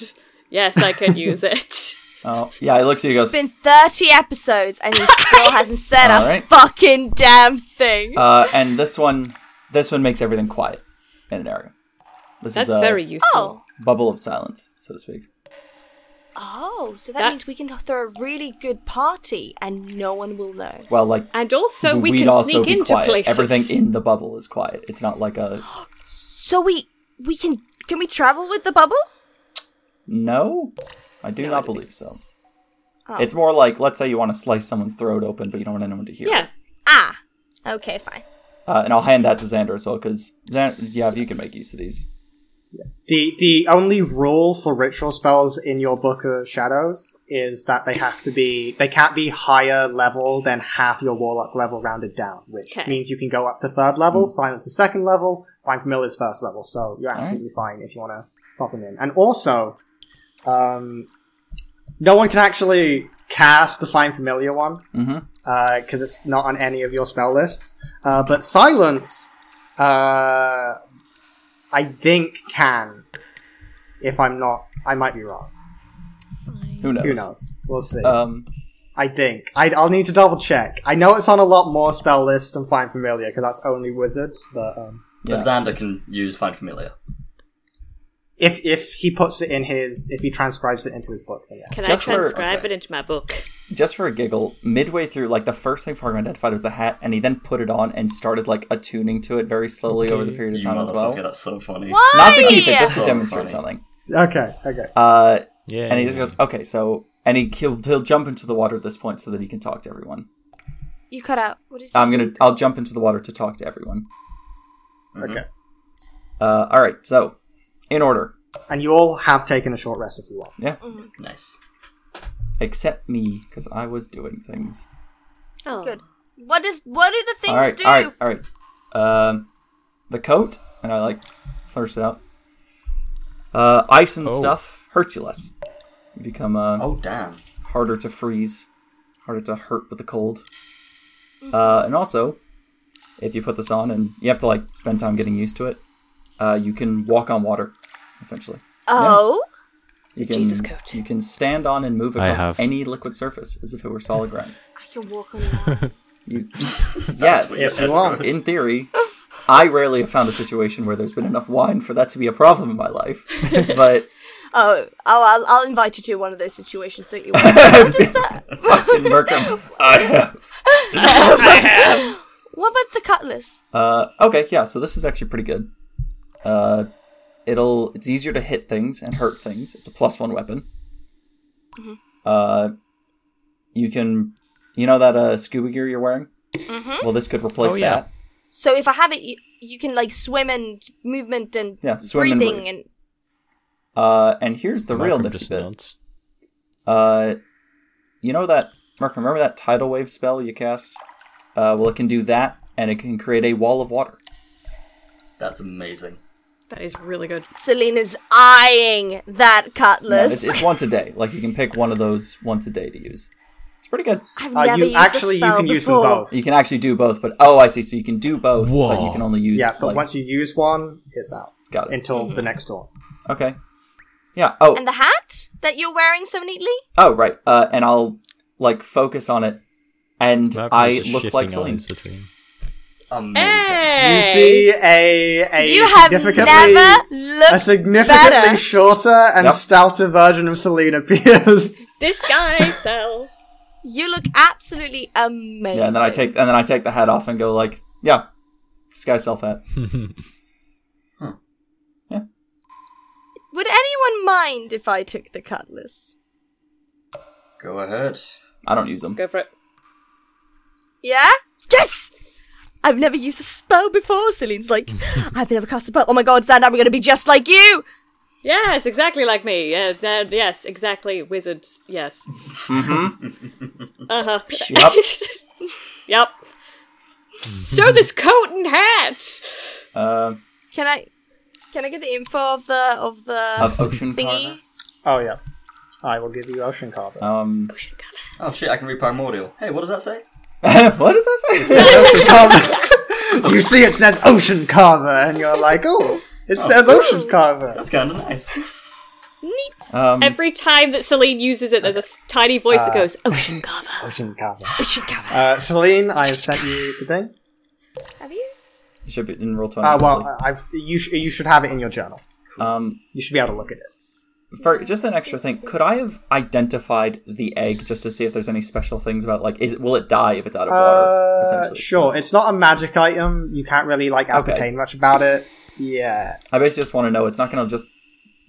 Yes, I can use it.
Oh yeah, he looks at you. and
It's
Goes.
been 30 episodes and he still hasn't said a
Alright.
fucking damn thing.
Uh, and this one, this one makes everything quiet in an area. This
That's
is uh, a
very useful.
oh.
bubble of silence, so to speak.
Oh, so that,
That-
means we can throw a really good party and no one will know.
Well, like
And also we
we'd
can
also
sneak
be
into
quiet.
places.
Everything in the bubble is quiet. It's not like a
So we we can can we travel with the bubble?
no. I do
No, I
not
don't think
believe so.
Oh.
It's more like let's say you want to slice someone's throat open, but you don't want anyone to hear.
Yeah.
it.
Ah. Okay, fine.
Uh, and I'll hand that to Xander as well, because Xander, yeah, if you can make use of these.
The the only rule for ritual spells in your Book of Shadows is that they have to be they can't be higher level than half your warlock level rounded down, which
Okay.
means you can go up to third level, silence is second level, find familiar is first level, so you're absolutely fine if you want to pop them in. And also, um, no one can actually cast the find familiar one
Mm-hmm.
because uh, it's not on any of your spell lists. Uh, but silence, uh, I think can. If I'm not, I might be wrong.
Who knows?
Who knows? We'll see.
Um,
I think I, I'll need to double check. I know it's on a lot more spell lists than Find Familiar because that's only wizards. But um,
yeah.
But Xander can use Find Familiar.
if if he puts it in his, if he transcribes it into his book, then yeah.
Can
Just
I
for-
transcribe
okay.
it into my book?
just for a giggle, midway through, like the first thing Fargo identified was the hat, and he then put it on and started like attuning to it very slowly over the period
You
of time as well.
motherfucker, that's so funny.
Why?
Not to keep it, just to
So
demonstrate
funny.
something.
Okay, okay.
Uh,
Yeah.
and he just goes, "Okay, so," and he he'll, he'll jump into the water at this point so that he can talk to everyone.
You cut out. What is
I'm gonna, I'll jump into the water to talk to everyone.
Okay.
Uh, all right, so in order,
And you all have taken a short rest if you want.
yeah,
Mm-hmm.
Nice.
except me because I was doing things.
Oh.
good. What does what do the things
all right,
do?
all right, all right. Um, the coat, and I like Thirst it out. Uh, ice and
Oh.
stuff hurts you less. You become uh,
Oh damn.
harder to freeze, harder to hurt with the cold.
Mm-hmm.
Uh, and also, if you put this on and you have to like spend time getting used to it, uh, you can walk on water, essentially.
Oh,
You can
Jesus coat.
you can stand on and move
I
across
have-
any liquid surface as if it were solid ground.
I can walk on that.
You, yes,
If you want.
in theory, I rarely have found a situation where there's been enough wine for that to be a problem in my life. But
oh, oh, I'll, I'll invite you to one of those situations. So you. what is that?
fucking Merkham, I have.
What about the cutlass?
Uh, okay, yeah. So this is actually pretty good. Uh, it'll it's easier to hit things and hurt things. It's a plus one weapon.
Mm-hmm.
Uh, you can, you know that uh, scuba gear you're wearing.
Mm-hmm.
Well, this could replace
Oh, yeah.
that.
So if I have it, you, you can like swim and movement and
Yeah, swim and
breathing
breathe.
and
Uh, and here's the real
Malcolm
nifty
just
bit.
nods.
Uh, you know that Mark? Remember that tidal wave spell you cast? Uh, well, it can do that, and it can create a wall of water.
That's amazing.
That is really good.
Selena's eyeing that
No,
cutlass.
it's, it's once a day. Like you can pick one of those once a day to use. It's pretty good.
I've
Uh,
never
you
used
actually
a
you
spell
can use them
before.
both.
You can actually do both, but oh, I see. So you can do both, but you
Whoa.
can only use.
Yeah, but
like,
once you use one, it's out
got it.
until the next one.
Okay. Yeah. Oh.
And the hat that you're wearing so neatly.
oh, right. Uh, and I'll like focus on it, and
Malcolm
I
is just
look like
shifting
Celine.
eyes between.
Amazing.
Hey!
You see a a
you have
significantly
never looked
a significantly
better.
shorter and
Yep.
stouter version of Selena appears.
Disguise self.
you look absolutely amazing.
Yeah, and then I take and then I take the hat off and go like, yeah, sky self hat.
Would anyone mind if I took the cutlass?
Go ahead.
I don't use them.
Go for it.
Yeah. Yes. I've never used a spell before. Celine's like, I've never cast a spell. Oh my god, Sand, I'm gonna be just like you.
Yes, exactly like me. Yeah, uh, yes, exactly. Wizards. Yes.
Mm-hmm.
uh huh.
Yep.
Yep. so this coat and hat.
Uh,
Can I? Can I get the info of the of the
of Ocean
thingy?
Carver.
Oh yeah, I will give you Ocean Carver.
Um,
Oh shit, I can read primordial. Hey, what does that say?
what does that say?
Ocean Carver. you see, it says Ocean Carver, and you're like, oh, it says Ocean Carver.
That's kind of nice.
Neat.
Um,
Every time that Celine uses it, there's a s- tiny voice that goes, "Ocean cover."
Ocean Carver.
Should cover.
Uh, Celine, I have sent you the thing.
Have you?
you should be in roll twenty.
Uh, well,
probably.
I- I've you sh- you should have it in your journal.
um,
You should be able to look at it.
for just an extra thing, could I have identified the egg just to see if there's any special things about like, is it, will it die if it's out of water?
Uh,
essentially,
sure. It's not a magic item. You can't really like ascertain
Okay.
much about it. Yeah.
I basically just want to know it's not going to just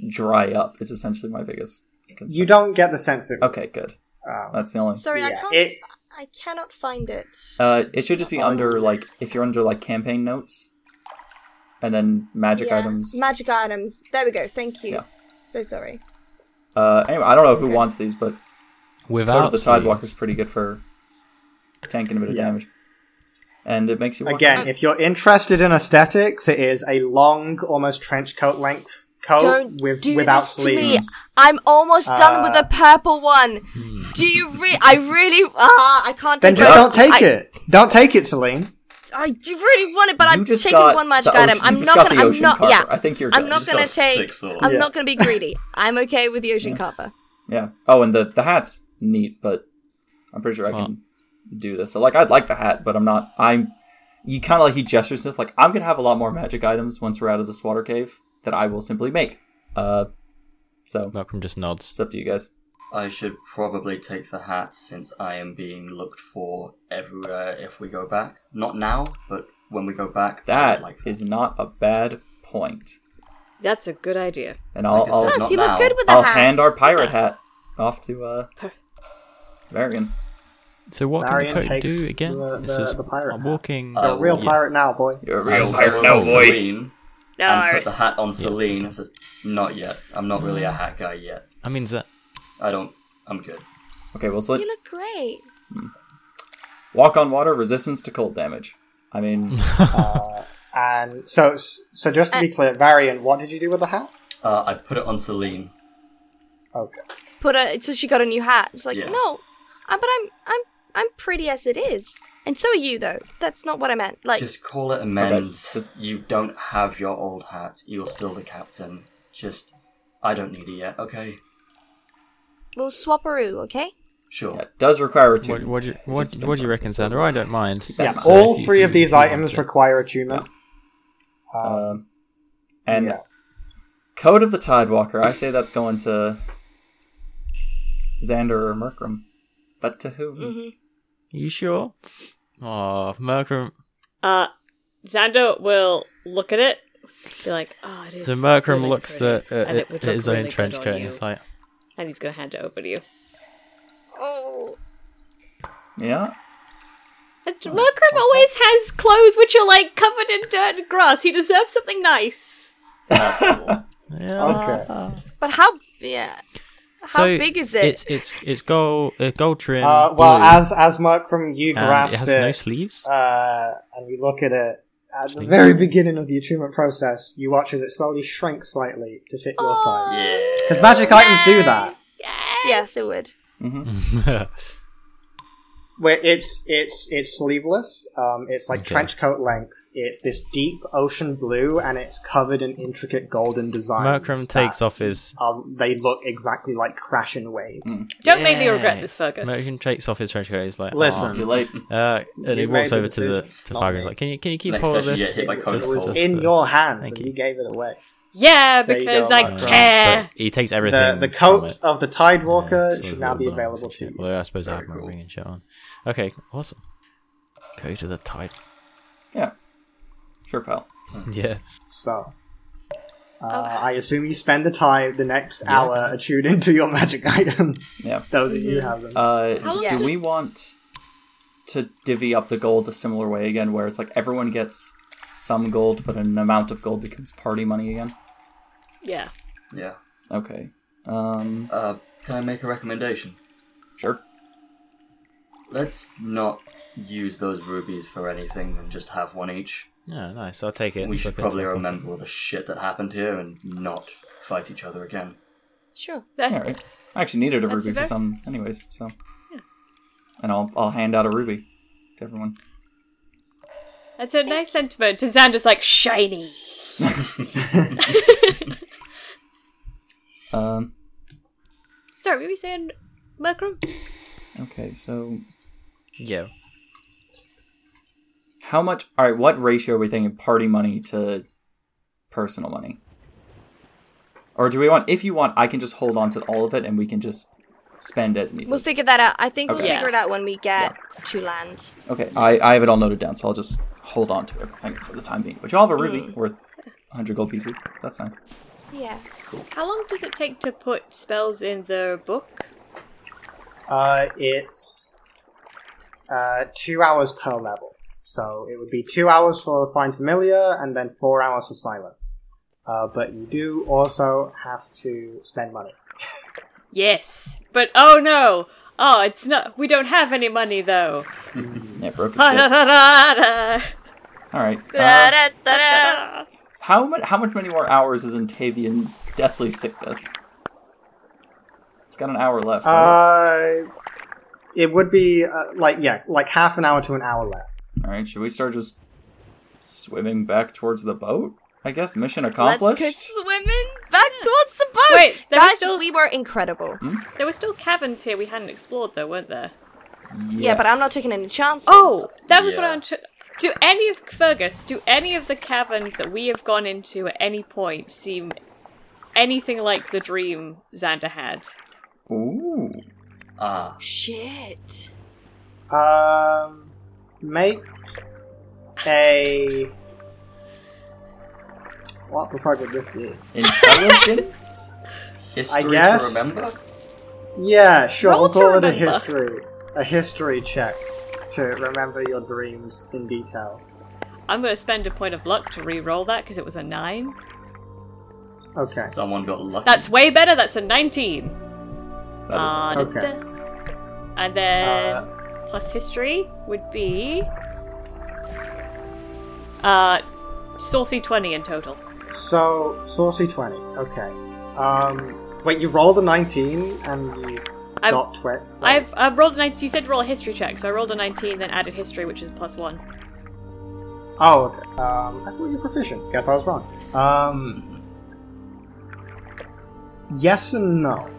dry up. It's essentially my biggest. Concern.
You don't get the sense of
Okay, good.
um,
That's the only.
Sorry, I
Yeah,
can't.
it-
I cannot find it.
Uh, it should just be
Oh.
under like if you're under like campaign notes, and then magic
Yeah,
items.
Magic items. There we go. Thank you.
Yeah.
So sorry.
uh, anyway, I don't know who wants these, but Part
Without
of the
Celine.
sidewalk is pretty good for tanking a bit of
Yeah.
damage, and it makes you walk
Again, if you're interested in aesthetics, it is a long, almost trench coat length coat
Don't
Oh, with
do
without
this to me.
sleeves.
I'm almost done with
Uh, hmm.
the purple one. Do you re- I really. Ah, I can't.
Then
take
just
it.
don't take
I-
it. Don't take it, Celine.
I do really want it, but
You
I'm
just
taking
got
one magic
the
item.
ocean- you
I'm
just
not
got
gonna.
the
I'm
ocean
not.
carver.
Yeah.
I think you're
I'm
good.
not
just
gonna
got
take.
six or-
I'm
Yeah.
not gonna be greedy. I'm okay with the ocean carver.
Yeah. Oh, and the the hat's neat, but I'm pretty sure I can do this. So like, I'd like the hat, but I'm not. I'm. You kind of like he gestures with like I'm gonna have a lot more magic items once we're out of this water cave that I will simply make. Uh, so
Malcolm just nods.
it's up to you guys.
I should probably take the hat since I am being looked for everywhere if we go back. Not now, but when we go back.
That is
like
not a bad point,
That's a good idea.
and I'll
Like I
I'll,
said,
Plus,
not
you
now.
look good with the
I'll
hat.
hand our pirate hat off to uh, Varian.
So what
Marion
can the coat
takes
do again?
the-
this
the-
is
the pirate
I'm
hat.
walking.
Uh,
Oh,
You're a real
yeah.
pirate now, boy.
You're a
I will
now,
look at Celine
No.
And put the hat on Celine. I said, not yet. I'm not really a hat guy yet.
I mean, that
I don't. I'm good.
Okay, well, so
You look great.
walk on water, resistance to cold damage. I mean,
And so, so just to be
Uh,
clear, Variant, what did you do with the hat?
Uh, I put it on Celine.
Okay.
Put a so she got a new hat. It's like
Yeah.
no, I, but I'm I'm I'm pretty as it is, and so are you though. That's not what I meant. Like
Just call it amends.
just-
You don't have your old hat. You're still the captain. Just, I don't need it yet. Okay,
we'll swapperoo, okay?
sure.
That does require a two.
What, what, do you-
It's
what,
just
what do you
been
reckon,
so-
Sandra? I don't mind.
Yeah,
Yeah,
so
all
if you-
three of
you-
these
you want
items
to.
require attunement. Um,
Um, and
yeah.
Code of the Tidewalker. I say that's going to Xander or Merkram. But to whom?
Mm-hmm.
You sure? Oh, Merkram.
Uh, Xander will look at it, be like, "Oh, it is."
So Merkram
really
looks
pretty,
at, at,
and it would
at
look
his
really
own
good
trench
on
coat and
you."
he's like,
and he's gonna hand it over to you.
Oh,
Yeah.
And
"Oh,
Merkram always has clothes which are like covered in dirt and grass. He deserves something nice.
yeah.
but how? Yeah, how
So
big is it?
It's it's it's gold uh, gold trim.
Uh, well,
blue,
as as Markram, you
and
grasp
it has
it,
no sleeves.
uh, and you look at it at the very beginning of the attunement process. You watch as it slowly shrinks slightly to fit your size.
Yeah.
Because magic items do that.
yes, it would.
uh, Where it's it's it's sleeveless. Um, it's like
Okay.
trench coat length. It's this deep ocean blue, and it's covered in intricate golden designs.
Merkram
that,
takes off his
Um, they look exactly like crashing waves.
Mm.
Don't make me
Yeah.
regret this, Fergus.
Merkram takes off his trench coat. He's like,
Listen.
"Oh."
Too late.
Uh, and he
You
walks
made the
over to the
decision,
to
not
Fargo.
me.
He's like, can you can you keep
Next
hold of
session,
this?
you get hit by
Just-
cold
It was
cold.
just
in
the-
your hands,
Thank
and
you.
you gave it away.
yeah,
There you go,
because I
Merkram.
care.
But he takes everything.
The, the
from
coat
it.
of the
Yeah,
Tidewalker
so
should
it's
now
all
be
done,
available to
actually.
you.
Although I suppose I have my
Very cool.
ring and shit on. Okay, awesome. Go to the tide.
Yeah. Sure, pal.
Yeah.
So, uh, I assume you spend the time the next hour attuning to your magic item.
Yeah.
Those of you who have them.
Uh,
How
do
long
we
does-
want to divvy up the gold a similar way again, where it's like everyone gets some gold, but an amount of gold becomes party money again?
Yeah.
Yeah.
Okay. Um,
Uh, can I make a recommendation?
sure.
Let's not use those rubies for anything and just have one each.
Yeah, nice. I'll take it.
We
Slip
should
it into
probably
my pocket.
remember all the shit that happened here and not fight each other again.
Sure.
That-
All right. I actually needed a
Uh, That's
ruby
very-
for some, anyways. So, and I'll I'll hand out a ruby to everyone.
That's a nice sentiment. And Xander's like, shiny.
Um,
Sorry, what were you saying, Merkram?
okay. So,
Yeah.
how much? All right. What ratio are we thinking? Party money to personal money, or do we want? If you want, I can just hold on to all of it, and we can just spend as needed.
We'll figure that out. I think we'll
Okay.
figure it out when we get to land.
Okay, I, I have it all noted down, so I'll just hold on to everything for the time being. But you all have a ruby
Mm.
worth 100 gold pieces. That's nice.
Yeah.
How long does it take to put spells in the book?
Uh, it's uh, two hours per level. So it would be two hours for Find Familiar and then four hours for Silence. Uh, but you do also have to spend money.
Yes. But oh no. Oh, it's not. We don't have any money though.
Yeah, broke
Ha
as
da
shit.
da da da.
All right.
Da,
Uh,
da, da, da.
how much? How much many more hours is in Tavian's deathly sickness? It's got an hour left. right?
Uh, it would be uh, like yeah, like half an hour to an hour left.
all right. Should we start just swimming back towards the boat? I guess mission
Let's
accomplished.
go swimming back towards the boat.
Wait, there was
guys,
still-
we were incredible.
There were still caverns here we hadn't explored though, weren't there?
Yeah, but I'm not
Yes.
taking any chances.
Oh, that was what
Yeah.
I wanted. to- Do any of Fergus? Do any of the caverns that we have gone into at any point seem anything like the dream Xander had?
Ooh.
Ah,
shit.
Um, make a. What the fuck would this be?
Intelligence.
history
guess.
to remember.
Yeah, sure.
Roll
we'll
to
call it a
remember.
history, a history check to remember your dreams in detail.
I'm going to spend a point of luck to re-roll that because it was a nine.
Okay.
Someone got lucky.
That's way better. That's a nineteen.
that is
Uh,
Ah,
right.
da-
Okay.
da. And then
Uh,
plus history would be uh saucy 20 in total.
So saucy twenty. Okay. Um, wait, you rolled a nineteen and you
I'm-
got twenty.
I've, I've rolled a 19. You said roll a history check, so I rolled a 19, then added history, which is plus one.
Oh, okay. Um, I thought you were proficient. Guess I was wrong. Um, yes and no.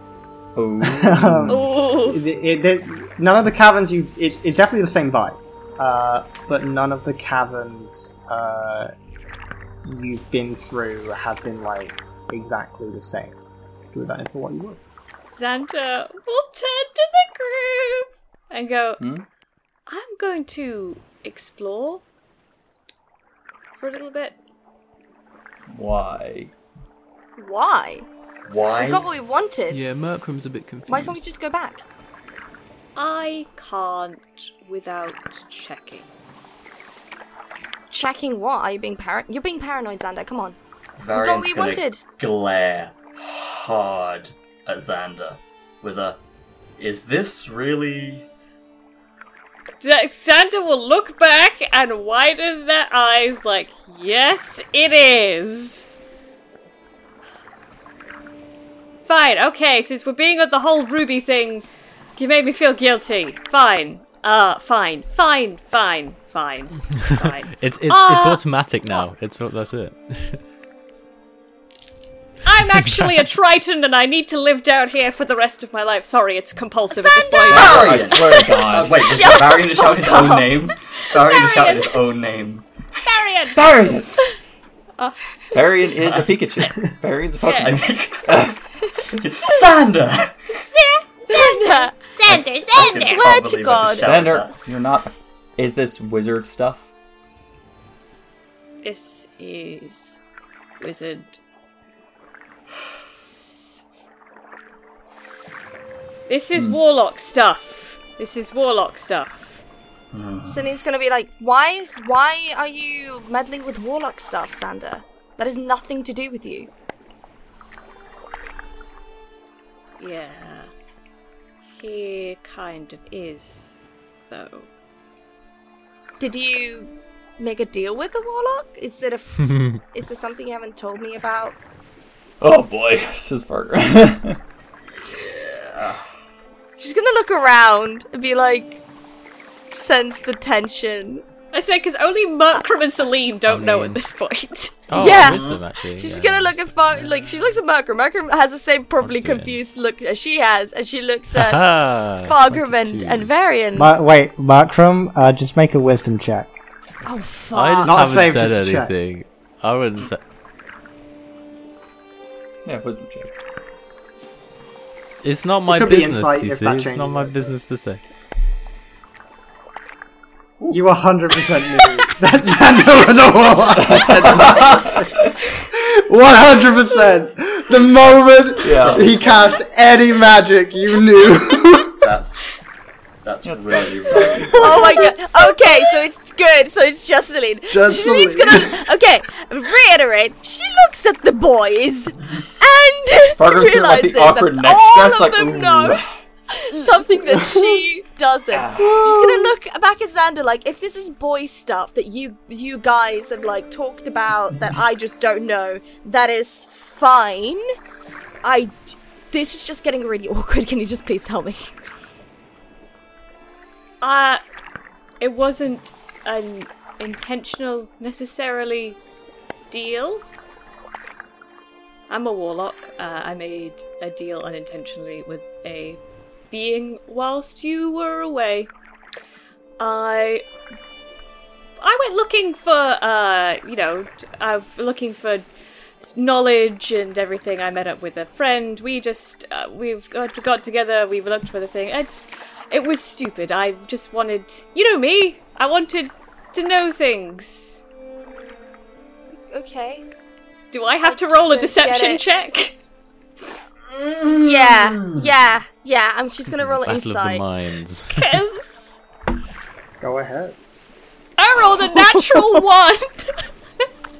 Oh.
Ooh!
It- it- it- none of the caverns you it's, it's definitely the same vibe uh, but none of the caverns uh, you've been through have been like exactly the same do with that info what you would
Xanta will turn to the group and go,
Hmm?
I'm going to explore for a little bit.
Why?
Why? We got
Why?
what we wanted.
Yeah, Merkram's a bit confused.
Why can't we just go back?
I can't without checking.
Checking what? Are you being par? You're being paranoid, Xander. Come on.
Varian's
what we
gonna
wanted.
Glare hard at Xander with a. Is this really?
D- Santa will look back and widen their eyes like, yes, it is. Fine, okay, since we're being on the whole Ruby thing, you made me feel guilty. Fine. Uh, fine, fine, fine, fine, fine.
It's it's, it's
Ah!
automatic now. It's that's it.
I'm actually a Triton and I need to live down here for the rest of my life. Sorry, it's compulsive at this point.
I swear to God. wait, did Varian shout his own name? Varian just shouted
Varian.
his own name.
Varian!
Varian! Varian is a Pikachu. Varian's a
I
Pokemon.
think. Xander!
Xander! Xander! Xander!
can't
Swear
believe
to
I
God.
just shouted
Xander,
that.
you're not. Is this wizard stuff?
This is wizard. This is warlock stuff. This is warlock stuff.
Simi's gonna be like, why is why are you meddling with warlock stuff, Xander? That has nothing to do with you.
Yeah. He kind of is, though.
Did you make a deal with the warlock? Is it a f- is there something you haven't told me about?
Oh boy, this is Fargo.
She's gonna look around and be like, sense the tension.
I said because only Merkram and Salim don't know
mean-
at this point.
Oh,
Yeah.
wisdom actually.
She's
yeah.
gonna look at Far- like she looks at Markram. Markram has the same probably
Okay.
confused look as she has, and she looks at
Aha,
Fargrim and,
22.
and Varian.
wait Markram uh, just make a wisdom check
oh
I
fuck!
just
Not a
haven't
save,
said
just a check.
anything. I wouldn't say.
yeah, wisdom check.
It's not my
could be
business.
insight
you
if
see,
that
it's not
changes
my
it.
business to say.
you 100% knew that Xander was a warlock 100% the moment
Yeah.
he cast any magic you knew
That's. That's really wrong.
Oh my god. Okay, so it's good. So it's just Celine. So
Just
Celine's
Celine.
gonna. Okay, reiterate. She looks at the boys and
Fargrim's doing, like
realizes
the awkward
that
neck scratch,
all of
like
them
ooh.
know something that she doesn't. She's
Ah.
gonna look back at Xander like, if this is boy stuff that you you guys have like talked about that I just don't know, that is fine. I. This is just getting really awkward. Can you just please tell me?
Uh, it wasn't an intentional necessarily deal. I'm a warlock. Uh, I made a deal unintentionally with a being whilst you were away. I I went looking for uh, you know, uh, looking for knowledge and everything. I met up with a friend. We just uh, we've got, got together. We looked for the thing. It's it was stupid. I just wanted you know me. I wanted to know things.
Okay.
Do I have to roll a
don't get
deception
it.
check?
Yeah, yeah, yeah. Um, she's gonna roll it
Battle of the
inside.
minds.
'Cause
go ahead
I rolled a natural one.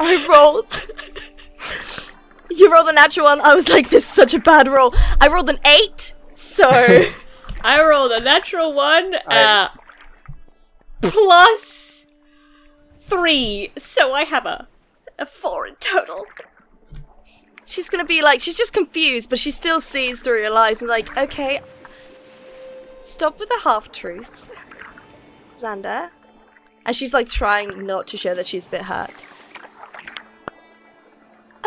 I rolled. you rolled a natural one. I was like, this is such a bad roll. I rolled an eight, so
I rolled a natural one uh,
Alright.
plus three, so I have a
A four in total. She's gonna be like, she's just confused, but she still sees through your lies and like, okay, stop with the half truths, Xander. And she's like trying not to show that she's a bit hurt.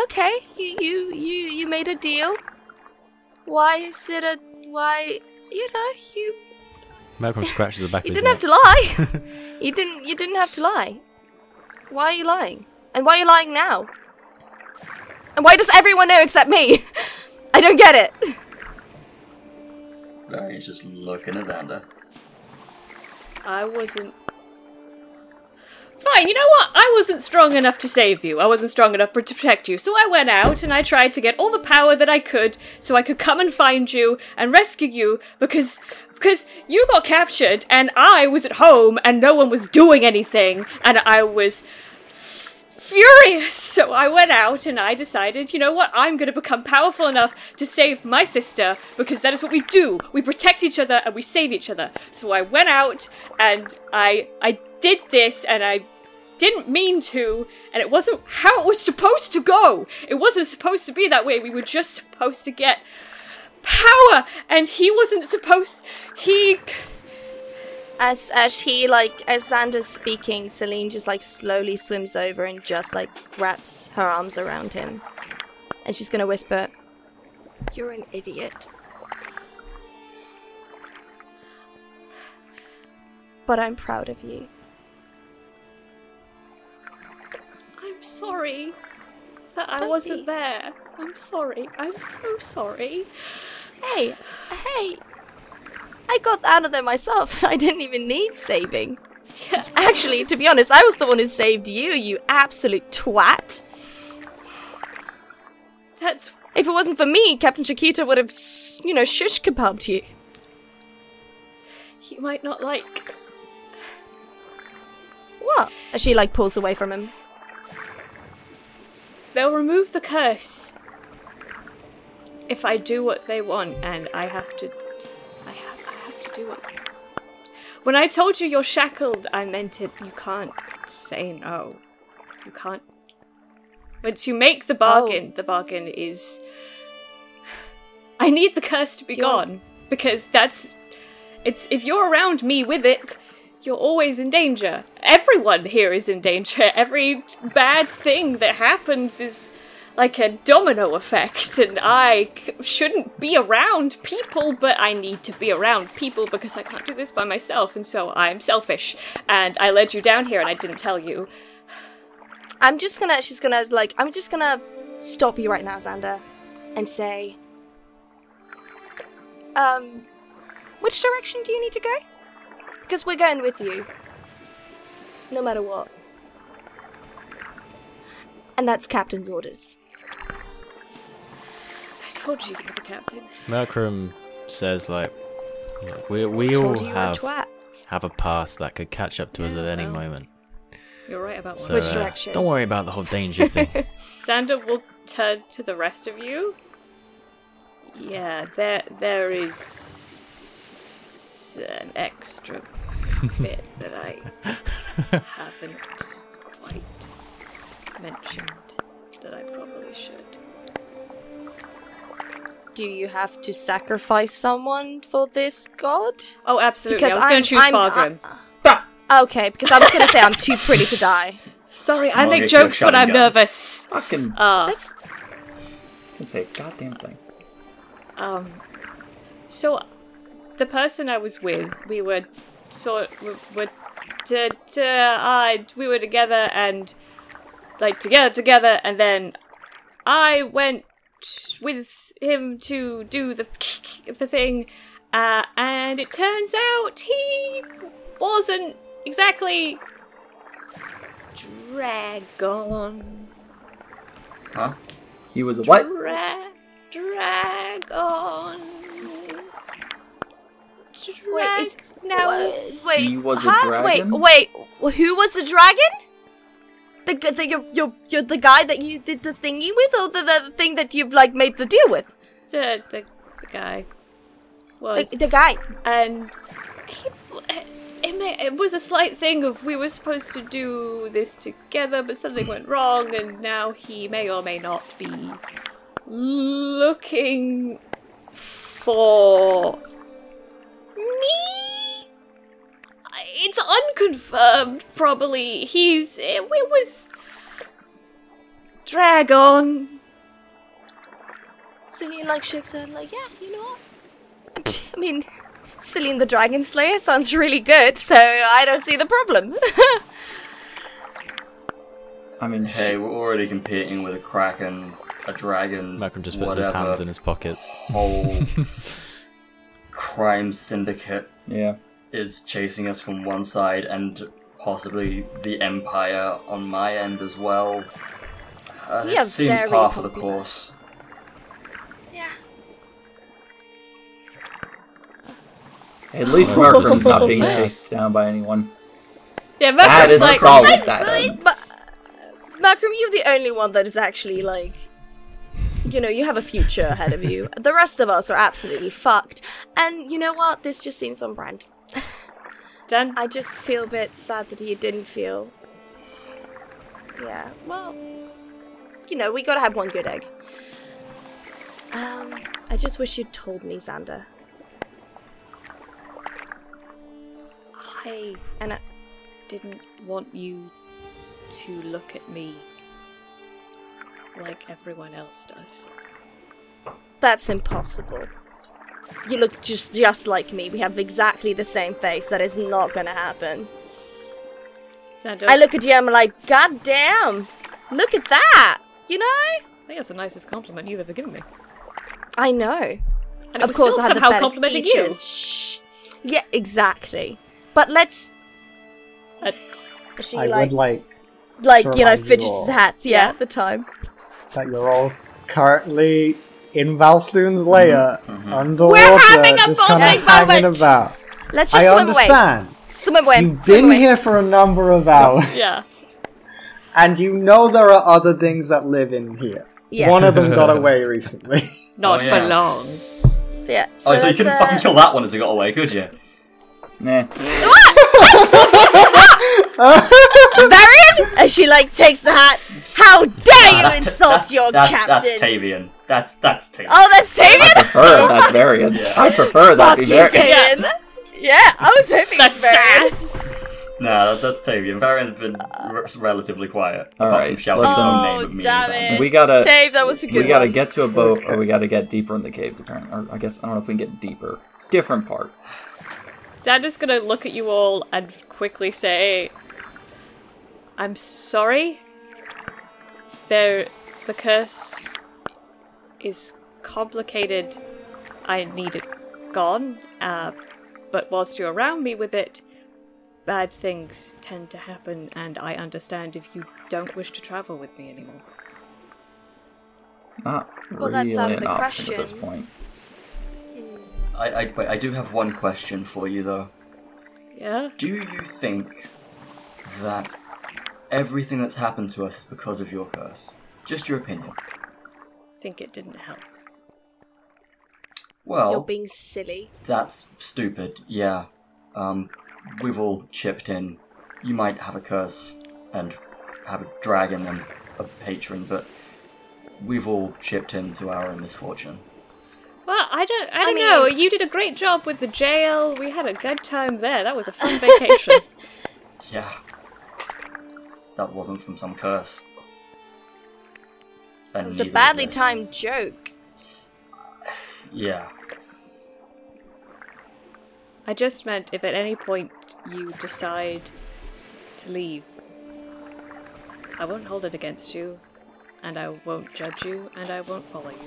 Okay, you you you you made a deal. Why is it a why? You know, you
Malcolm scratches the back
you
of his
didn't have to lie. you didn't. You didn't have to lie. Why are you lying? And why are you lying now? And why does everyone know except me? I don't get it.
Varian's just looking at Xander.
I wasn't. Fine, you know what? I wasn't strong enough to save you. I wasn't strong enough to protect you. So I went out and I tried to get all the power that I could so I could come and find you and rescue you because because you got captured and I was at home and no one was doing anything and I was furious. So I went out and I decided, you know what? I'm going to become powerful enough to save my sister because that is what we do. We protect each other and we save each other. So I went out and I I did this and I didn't mean to and it wasn't how it was supposed to go. It wasn't supposed to be that way. We were just supposed to get power and he wasn't supposed he
As as he like as Xander's speaking, Celine just like slowly swims over and just like wraps her arms around him, and she's gonna whisper, "You're an idiot." But I'm proud of you.
I'm sorry that I
Don't be.
wasn't there. I'm sorry. I'm so sorry.
Hey, hey. I got out of there myself. I didn't even need saving. Actually, to be honest, I was the one who saved you, you absolute twat.
That's
If it wasn't for me, Captain Chiquita would have, s- you know, shish kebabbed you.
you might not like.
What? As she, like, pulls away from him.
They'll remove the curse if I do what they want, and I have to. I have. I have to do what. When I told you you're shackled, I meant it. You can't say no. You can't. Once you make the bargain, the bargain is. I need the curse to be
You're-
gone because that's. It's if you're around me with it, you're always in danger. Everyone here is in danger. Every bad thing that happens is like a domino effect, and I c- shouldn't be around people, but I need to be around people because I can't do this by myself, and so I'm selfish. And I led you down here, and I didn't tell you.
I'm just gonna, she's gonna, like, I'm just gonna stop you right now, Xander, and say, um, which direction do you need to go? Because we're going with you. No matter what. And that's Captain's orders.
I told you you were the captain.
Malcolm says like, you know, we we all
Told you you were a
have
twat.
have a past that could catch up to us at any
well,
moment.
You're right about one.
So
Which
uh,
direction?
don't worry about the whole danger thing.
Xander will turn to the rest of you. Yeah, there there is an extra bit that I haven't quite mentioned that I probably should.
Do you have to sacrifice someone for this god?
Oh, absolutely. I was
I'm-
going to choose
I'm- uh,
Fargrim.
I- okay, because I was going to say I'm too pretty to die.
Sorry, I
I'll
make
get you a
jokes when I'm
shotgun.
nervous.
Fucking
Ah.
That's
can say a goddamn thing.
Um, so the person I was with, we were sort we were t- t- uh, we were together and like together together, and then I went with him to do the the thing, uh, and it turns out he wasn't exactly dragon.
Huh? He was a what?
Dra- dragon. Drag-
Wait, is-
now.
wait.
He was a
huh?
dragon?
Wait, wait. Who was the dragon? The g- the your, your, your the guy that you did the thingy with, or the, the thing that you've like made the deal with?
The, the, the guy was
Oh, The, the guy.
and he, it ma- it was a slight thing of we were supposed to do this together, but something went wrong, and now he may or may not be looking for me. It's unconfirmed, probably. He's it, it was dragon.
Cillian like shakes her head, like, yeah, you know what? I mean, Cillian the Dragon Slayer sounds really good, so I don't see the problem.
I mean,
Hey, we're already competing with a kraken, a dragon.
Malcolm just puts his
whatever,
hands in his pockets.
Whole crime syndicate
yeah.
is chasing us from one side and possibly the Empire on my end as well. Uh,
We
this
are
seems
very
par for the
popular.
course.
yeah.
At least Markram's not being chased down by anyone.
Yeah,
That
Malcolm's
is
like
solid. That end.
But, Malcolm, you're the only one that is actually like, you know, you have a future ahead of you. The rest of us are absolutely fucked. And you know what? This just seems on brand.
Dan-
I just feel a bit sad that he didn't feel. Yeah, well, you know, we gotta have one good egg. Um, I just wish you'd told me, Xander.
I
And I,
didn't want you to look at me like everyone else does.
That's impossible. You look just just like me. We have exactly the same face. That is not gonna happen.
Xander,
I look at you. I'm like, God damn! Look at that. You know?
I think that's the nicest compliment you've ever given me.
I know.
And it was still
had the
somehow
better
complimenting
features. Shh. Yeah, exactly. But let's.
you. Uh,
She
I
like
would like
like
to
you know
remind you
fidgets
all.
the hats. Yeah,
Yeah.
at the time.
that you're all currently in Valfloon's lair underwater,
We're having a
just kind
bonding
of hanging
moment.
about.
Let's just
I
swim away.
understand.
Swim away.
You've
swim
been
away.
here for a number of hours,
yeah.
and you know there are other things that live in here.
Yeah.
One of them got away recently.
Not
Oh, yeah.
for long.
Yeah.
oh, so
So
you
let's,
couldn't
uh,
fucking kill that one as it got away, could you?
Nah.
Baron? And she like takes the hat. How dare
Ah,
you
that's-
insult
that's-
your
that-
captain?
That's Tavian. That's that's Tavian.
oh, that's Tavian.
prefer that variant. I prefer that
Fuck you, Tavian. Yeah. I was hoping
The
it was Baron.
No, that, that's Tavian. Varian's been re- relatively quiet.
All
apart
right, um,
from shouting his
listen.
own
Oh,
name at me.
damn
and
it.
Xander.
We gotta
Dave, that was a
we
good
gotta
one.
get to a boat or we gotta get deeper in the caves apparently. Or I guess I don't know if we can get deeper. Different part.
Xander's gonna look at you all and quickly say, I'm sorry. There, the curse is complicated. I need it gone. Uh, but whilst you're around me with it, bad things tend to happen, and I understand if you don't wish to travel with me anymore.
Not
Well, that's
really
out of
an
the
option at this
question.
point.
I, I, wait, I do have one question for you though.
Yeah?
Do you think that everything that's happened to us is because of your curse? Just your opinion.
Think it didn't help.
You're
Well,
being silly.
that's stupid. Yeah. Um, we've all chipped in. You might have a curse and have a dragon and a patron, but we've all chipped into our own misfortune.
Well, I don't, I don't
mean-
know. You did a great job with the jail. We had a good time there. That was a fun vacation.
Yeah. That wasn't from some curse.
It was a badly timed joke.
Yeah.
I just meant if at any point you decide to leave, I won't hold it against you, and I won't judge you, and I won't follow you.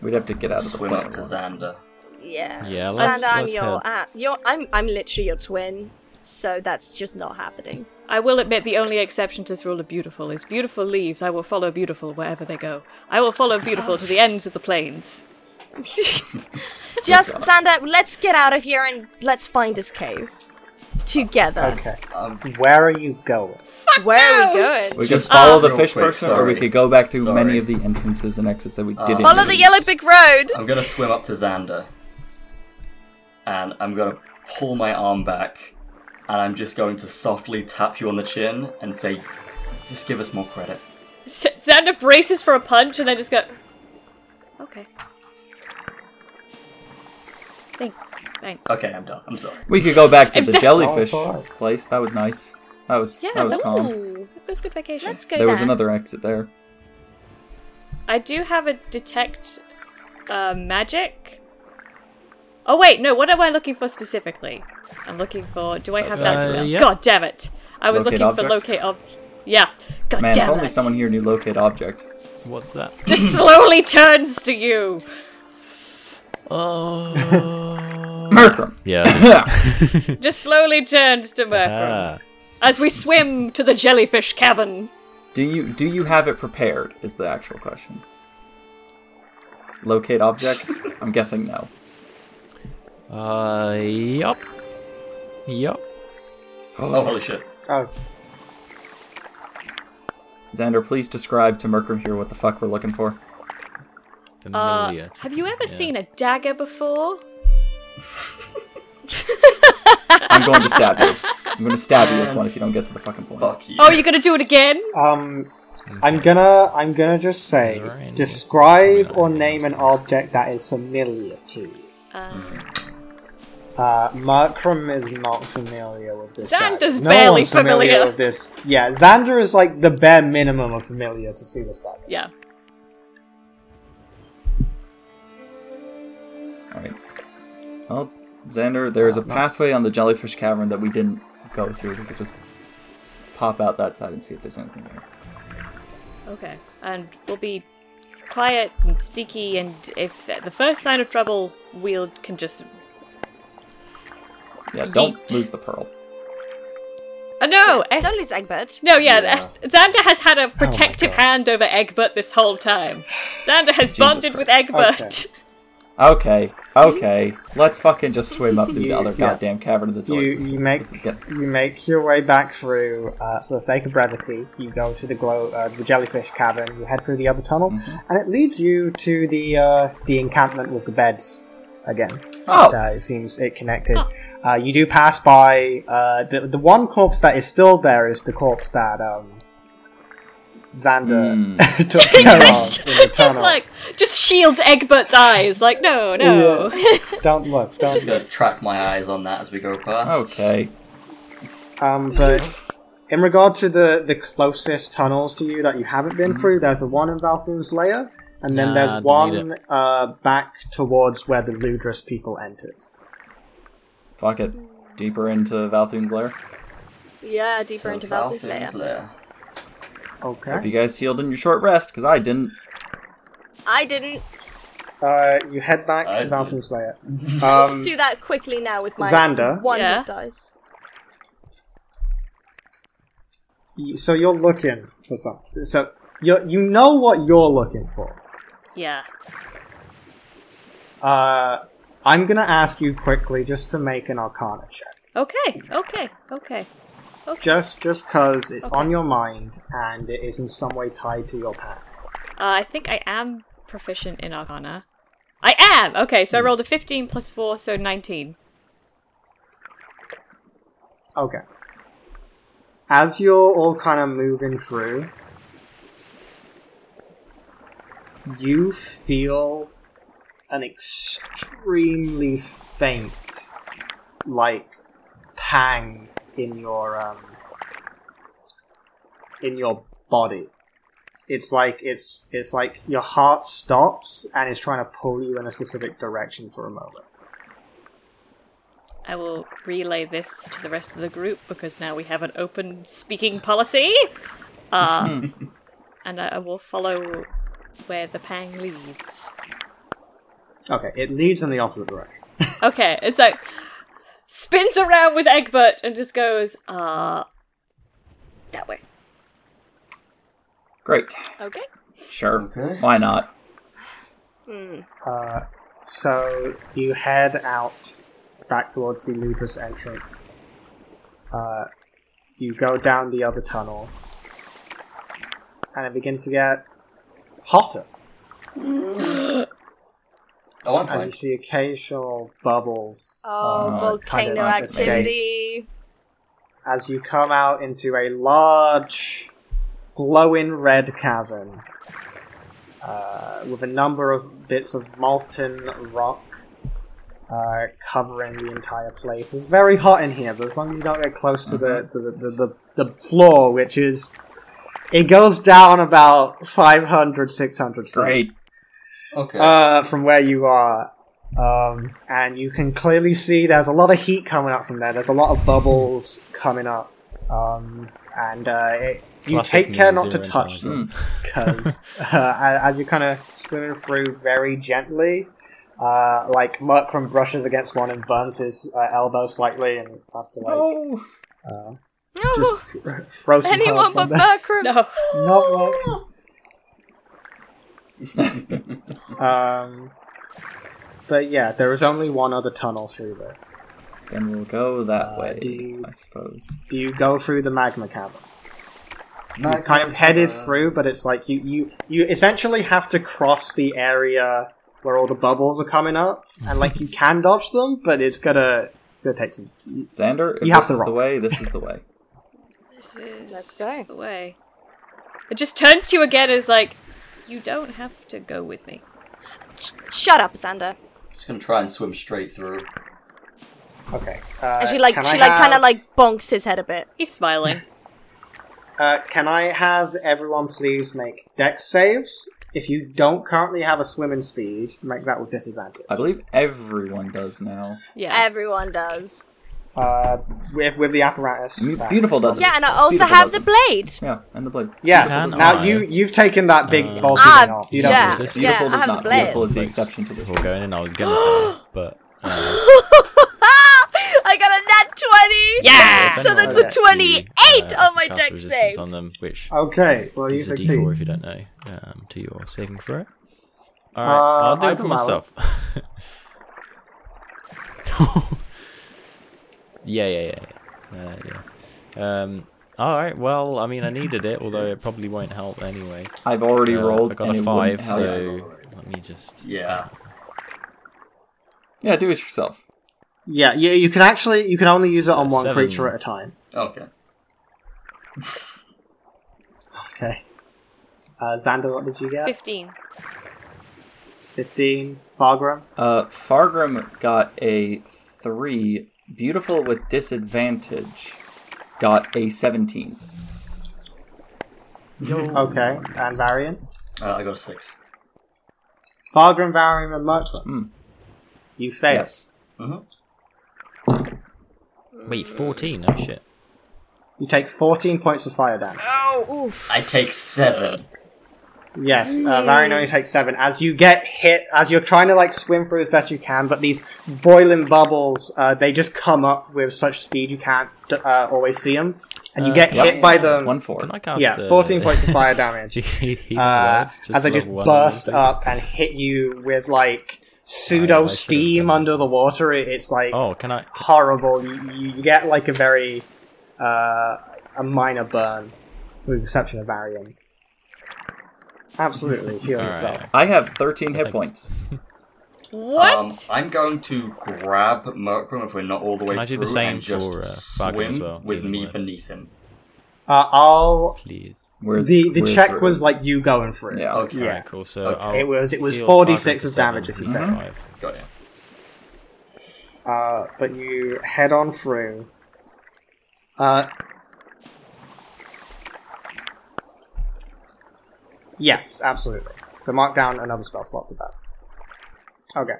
We'd have to get out of the
Swim up to
platform.
Xander.
Yeah.
Yeah, let's-
and I'm
let's
your,
head.
uh, your, I'm, I'm literally your twin, so that's just not happening.
I will admit the only exception to this rule of beautiful is beautiful leaves. I will follow beautiful wherever they go. I will follow beautiful to the ends of the plains.
Oh
Just, Xander, let's get out of here and let's find this cave. Together.
okay. Where are you going?
Where are we
Mouse!
going?
We could
Just-
follow the
Real
fish
quick,
person, or
sorry.
we could go back through many
Sorry. Uh,
of the entrances and exits that we didn't.
Follow the
use.
yellow brick road.
I'm gonna swim up to Xander. and I'm gonna pull my arm back, and I'm just going to softly tap you on the chin and say, "Just give us more credit."
Xander braces for a punch and then just go. Okay. Thanks. Thanks.
Okay, I'm done. I'm sorry.
We could go back to
If
the
that-
jellyfish
Oh, it's alright.
place. That was nice. That was
Yeah,
that was
that
calm.
Ooh,
It was a good vacation.
let's go.
There was
there.
another exit there.
I do have a detect uh, magic. Oh wait, no. What am I looking for specifically? I'm looking for. Do I have that?
Uh,
spell?
yeah.
God damn it! I was
Locate
looking for
object?
locate object. Yeah. God
Man, if
damn
only
it!
someone here knew locate object.
What's that?
just slowly turns to you.
Oh.
Merkram.
yeah.
Just slowly turns to Mercury
Ah.
as we swim to the jellyfish cavern.
Do you do you have it prepared? Is the actual question. Locate object. I'm guessing no.
Uh, yup. Yup.
Oh, holy shit!
Oh,
Xander, please describe to Merkram here what the fuck we're looking for.
Uh,
Familiar.
have you ever seen a dagger before?
I'm going to stab you. I'm going to stab you with one if you don't get to the fucking point.
Fuck you.
Oh, you're gonna do it again?
um, I'm gonna, I'm gonna just say,
Is there any-
describe or name an object that is familiar to you. Uh, Markram is not familiar with this.
Xander's
dagger. no
barely
one's familiar,
familiar.
with this. Yeah, Xander is like the bare minimum of familiar to see this dagger.
Yeah.
All right. Well, Xander, there's
Uh,
a pathway on the jellyfish cavern that we didn't go through. We could just pop out that side and see if there's anything there.
Okay. And we'll be quiet and sneaky, and if at the first sign of trouble, we'll can just.
Yeah, don't
Yeet.
lose the pearl.
Oh no! eh,
Don't lose Egbert.
No, yeah, eh, Xander has had a protective hand over Egbert this whole time. Xander has bonded with
Christ.
Egbert.
Okay.
Okay, okay. Let's fucking just swim up through the
You-
other
yeah.
goddamn cavern of the
You
jellyfish.
you make
This is good.
you make your way back through. Uh, for the sake of brevity, you go to the glow uh, the jellyfish cavern. You head through the other tunnel,
Mm-hmm.
and it leads you to the uh, the encampment with the beds again.
Oh,
Uh, it seems it connected.
Oh.
Uh, you do pass by uh, the the one corpse that is still there is the corpse that um, Xander took care
Just-
of in the
Just
tunnel.
like, just shields Egbert's eyes. Like, no, no.
don't look, don't
I'm
look.
gonna track my eyes on that as we go past.
Oh, okay.
Um, but in regard to the the closest tunnels to you that you haven't been through, there's the one in Valfoon's lair, and then
Nah,
there's
don't need
one uh, back towards where the Ludrus people entered.
Fuck it. Deeper into Valthun's lair.
Yeah,
So
deeper into Valthus lair.
Valthun's lair.
Hope
Okay.
you guys healed in your short rest, because I didn't.
I didn't.
Uh, you head back
I-
to Valfoon's lair. Um,
Let's do that quickly now with my
Xander?
one
Yeah.
hit dice.
y- so you're looking for something. So you you know what you're looking for.
Yeah.
Uh, I'm gonna ask you quickly just to make an Arcana check.
Okay. Okay. Okay.
Just just cause it's
Okay.
on your mind and it is in some way tied to your pack.
Uh, I think I am proficient in Arcana. I am! Okay, so I rolled a 15 plus 4, so 19.
Okay. As you're all kind of moving through, you feel an extremely faint, like pang in your um, in your body. It's like it's it's like your heart stops and is trying to pull you in a specific direction for a moment.
I will relay this to the rest of the group because now we have an open speaking policy. Uh, and I, I will follow where the pang leads.
Okay, it leads in the opposite direction.
Okay, it's like spins around with Egbert and just goes, uh, that way.
Great.
Okay.
Sure.
Okay.
Why not?
Hmm.
Uh, so you head out back towards the Ludus entrance. Uh, you go down the other tunnel, and it begins to get hotter.
Oh, I'm
and
fine.
you see occasional bubbles
Oh,
Uh,
volcano
kind of like escape.
activity.
as you come out into a large, glowing red cavern uh, with a number of bits of molten rock uh, covering the entire place. It's very hot in here, but as long as you don't get close to the the, the, the, the the floor, which is. It goes down about 500, 600 feet
Okay.
uh, from where you are. Um, and you can clearly see there's a lot of heat coming up from there. There's a lot of bubbles coming up. Um, and uh, it, you
Classic
take care not to
Miyazaki
touch
environment.
them because uh, as you're kind of swimming through very gently, uh, like Murkram brushes against one and burns his uh, elbow slightly and has to like
Oh.
uh,
No,
just throw some
anyone
help
but
from there.
Berkram.
No.
Not Murkram. Um, but yeah, there is only one other tunnel through this.
Then we'll go that
Uh,
way,
do you-
I suppose.
Do you go through the magma cavern? You're kind of headed through, but it's like you, you, you essentially have to cross the area where all the bubbles are coming up, and like you can dodge them, but it's gonna it's gonna take some.
Xander, if
You have
this
to
is the
roll.
way, this is the way.
This is
Let's go.
the way. It just turns to you again as like, you don't have to go with me.
Shut up, Xander.
Just gonna try and swim straight through.
Okay. Uh,
and she like
can
she
I
like kind
have-
of like bonks his head a bit.
He's smiling.
Uh, can I have everyone please make deck saves? If you don't currently have a swimming speed, make that with disadvantage.
I believe everyone does now.
Yeah.
Everyone does.
Uh, with with the apparatus.
I mean,
that-
Mm, Beautiful does it.
Yeah, and I also
Beautiful
have
does
the
it.
blade.
Yeah, and the blade.
Yeah.
Can
Now
I-
you you've taken that big
Um,
bulky
Ah,
thing off. You don't.
yeah,
resist.
Beautiful
yeah, I
does
have
not.
a blade.
Beautiful is the exception to this.
Before going in, I was gonna say, but uh,
I got a nat twenty.
Yeah!
if
So
anyone
that's
would
a
like to,
28
uh,
on my
cast
dex
resistance
save.
on them, which
Okay. Well, Oh, you
is a
succeed.
D4 if you don't know, um, to your saving throw. All right,
Uh,
I'll do
I
it for
can allow
myself. yeah, yeah, yeah, yeah. Uh, yeah. Um, all right. Well, I mean, I needed it, although it probably won't help anyway.
I've already
Uh,
rolled
I got
and
a
it
five,
wouldn't help.
so let me just.
Yeah.
Yeah, do it yourself.
Yeah. Yeah. You can actually you can only use it on
Uh,
one
seven.
creature at a time.
Okay.
Okay. Uh, Xander, what did you get?
15.
Fifteen. Fargram.
Uh, Fargrim got a three. Beautiful with disadvantage got a seventeen.
Okay. And Varian.
Uh, I got a six.
Fargram, Varian, and Merkle.
Hmm.
You fail.
Yes.
Uh-huh.
Wait, fourteen. Oh shit.
You take fourteen points of fire damage.
I take seven.
Yes, uh, Varian only takes seven. As you get hit, as you're trying to like swim through as best you can, but these boiling bubbles, uh, they just come up with such speed you can't uh, always see them, and you get
yep.
hit by them.
One four.
Can I cast?
yeah,
uh,
fourteen points of fire damage.
healing
Uh,
wave?
as they
level
just
one,
burst
I think.
up and hit you with like pseudo
should've
steam
done
under the water. It- It's like
Oh, can I?
horrible. You, you you get like a very uh, a minor burn, with the exception of Varian. Absolutely, heal
Alright.
yourself.
I have thirteen hit points.
What?
Um, I'm going to grab Merkram if we're not all the way
Can I do
through
the same
and just
for, uh, Fargrim
swim
as well?
with
Either
me
way.
beneath him.
Uh, I'll
Please.
We're,
the the
we're
check
through.
was like you going through.
Yeah.
Okay.
Yeah.
Alright, cool. So
Okay.
I'll
It was- it was
heal
46
5%,
of damage if you fail.
5%.
Got you.
Uh, but you head on through. Uh, yes, absolutely. So mark down another spell slot for that. Okay.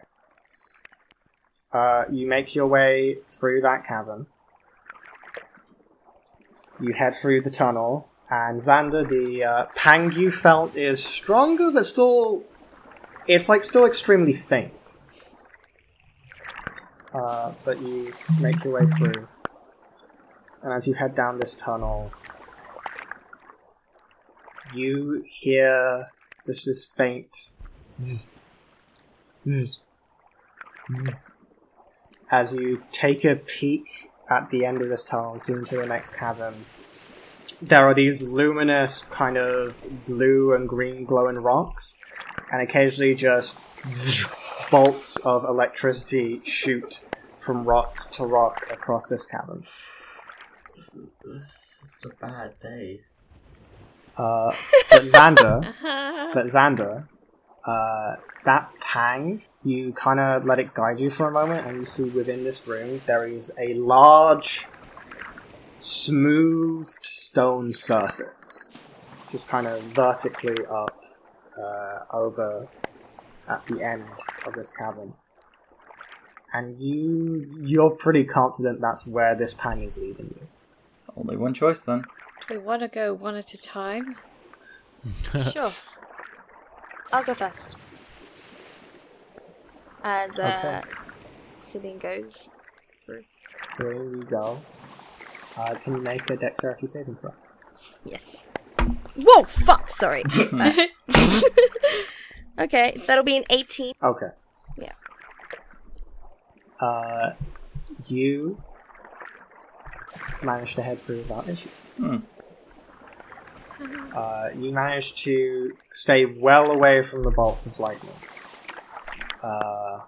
Uh, you make your way through that cavern. You head through the tunnel, and Xander, the uh, pang you felt is stronger, but still, it's like still extremely faint. Uh, but you make your way through, and as you head down this tunnel, you hear just this faint zzz, zzz, zzz, as you take a peek at the end of this tunnel and zoom to the next cavern. There are these luminous, kind of blue and green glowing rocks, and occasionally just bolts of electricity shoot from rock to rock across this cavern.
This is just a bad day.
Uh, but Xander, but Xander, uh, that pang, you kind of let it guide you for a moment, and you see within this room there is a large, smoothed stone surface, just kind of vertically up uh, over at the end of this cavern. And you, you're pretty confident that's where this pang is leading you.
Only one choice then.
Do we want to go one at a time?
Sure. I'll go first. As uh, Celine goes through.
So we go. Uh, can you make a dexterity saving throw?
Yes. Whoa, fuck, sorry. okay, that'll be an 18.
Okay.
Yeah.
Uh, you managed to head through without issue. Uh, you managed to stay well away from the bolts of lightning, uh,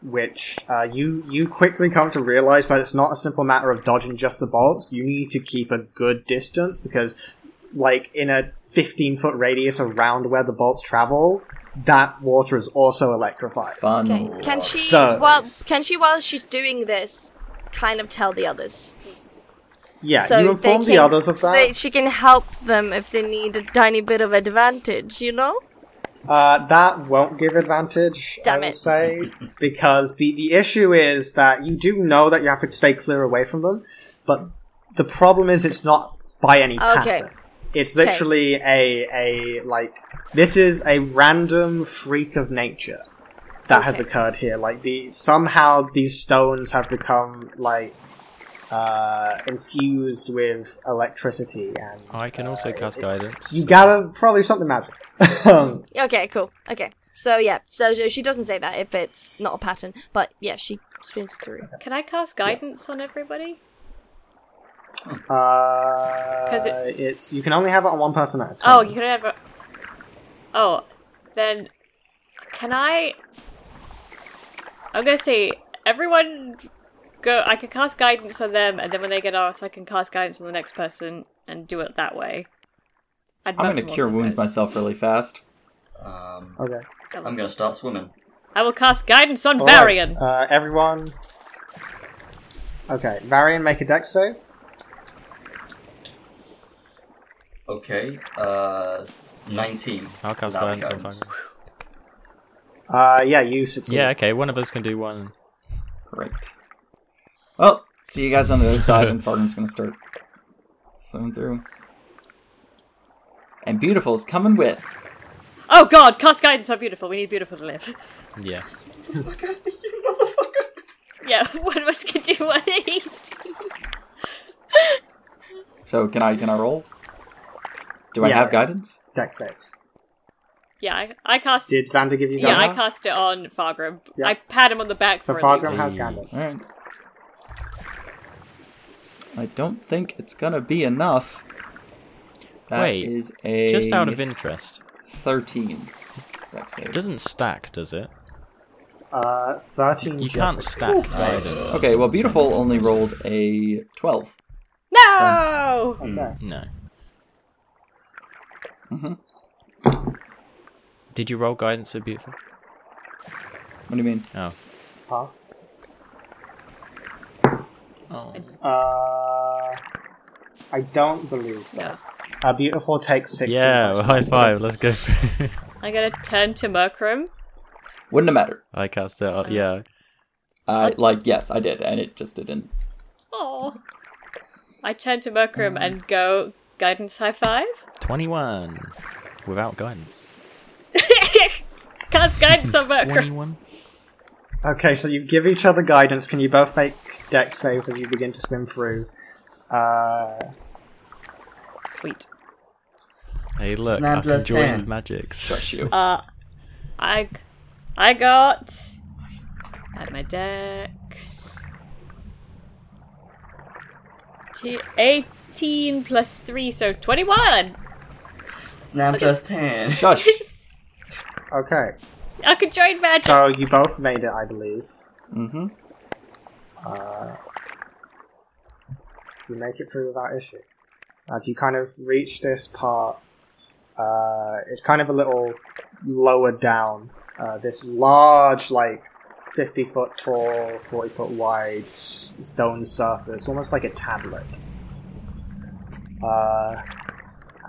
which uh, you you quickly come to realize that it's not a simple matter of dodging just the bolts. You need to keep a good distance because, like in a fifteen foot radius around where the bolts travel, that water is also electrified.
Fun.
Okay, can she,
Oh, So-
while, can she, while she's doing this, kind of tell the others?
Yeah,
so
you
they
inform the
can-
others of that.
they- she can help them if they need a tiny bit of advantage, you know?
Uh, that won't give advantage, I
Damn
will
it.
say, because the, the issue is that you do know that you have to stay clear away from them, but the problem is it's not by any
Okay.
pattern. It's literally a, a, like, this is a random freak of nature that has
Okay.
occurred here. Like, the, somehow these stones have become, like, uh, infused with electricity and.
I can also cast guidance.
Uh, You gather probably something magic. um,
Okay, cool. Okay. So, yeah, so so she doesn't say that if it's not a pattern, but yeah, she swims through.
Can I cast guidance on everybody?
Uh,
it-
it's you can only have it on one person at a time.
Oh, you could have. A... Oh, then can I? I'm gonna say everyone go. I can cast guidance on them, and then when they get asked, I can cast guidance on the next person and do it that way. I'd
I'm
much
gonna
more
cure wounds
suspect.
myself really fast.
Um,
Okay.
I'm gonna start swimming.
I will cast guidance on
All right,
Varian.
Uh, everyone. Okay, Varian, make a dex save.
Okay, uh, s- 19.
I'll cast
Without
guidance on
guidance.
Fangor.
Uh, yeah, you succeed.
Yeah, okay, one of us can do one.
Great. Well, see you guys on the other side, and Farnum's gonna start swimming through. And beautiful's coming with.
Oh God, cast guidance on beautiful. We need beautiful to live.
Yeah.
Yeah, one of us can do one each.
So can I can I roll? Do I
Yeah.
have guidance?
Dex save.
Yeah, I, I cast.
Did Xander give you
yeah, I
guidance?
cast it on Fargrim.
Yeah.
I pat him on the back
so
for a
Fargrim
loop.
has guidance.
All right. I don't think it's gonna be enough. That
Wait,
is a
Just out of interest.
thirteen. Dex save.
It doesn't stack, does it?
Uh, thirteen.
You
just
can't
succeeds.
stack
Nice.
guidance.
Okay, well, beautiful only rolled a twelve.
No.
Okay.
No.
Mm-hmm.
Mhm.
Did you roll guidance for beautiful?
What do you mean?
Oh.
Huh?
Oh.
Uh, I don't believe so.
No.
Uh, beautiful takes sixteen.
Yeah, well,
points.
high five. Let's go.
I'm gonna turn to Murkrum.
Wouldn't have mattered.
I cast it. Up. Yeah.
I like yes, I did, and it just didn't.
Oh. I turn to Murkrum and go guidance high five.
21. Without guidance.
Cast guidance on Murkrum.
21?
Okay, so you give each other guidance. Can you both make deck saves as you begin to swim through? Uh,
Sweet.
Hey, look.
Nine
I can
plus
join
ten.
with magics.
Trust you.
I I got at my decks. T- 18 plus 3, so 21!
It's 9 plus 10.
Shush.
Okay.
I could join magic.
So you both made it, I believe.
Mm-hmm.
Uh, you make it through without issue. As you kind of reach this part, uh, it's kind of a little lower down. Uh, this large, like, 50 foot tall, 40 foot wide s- stone surface, almost like a tablet. Uh,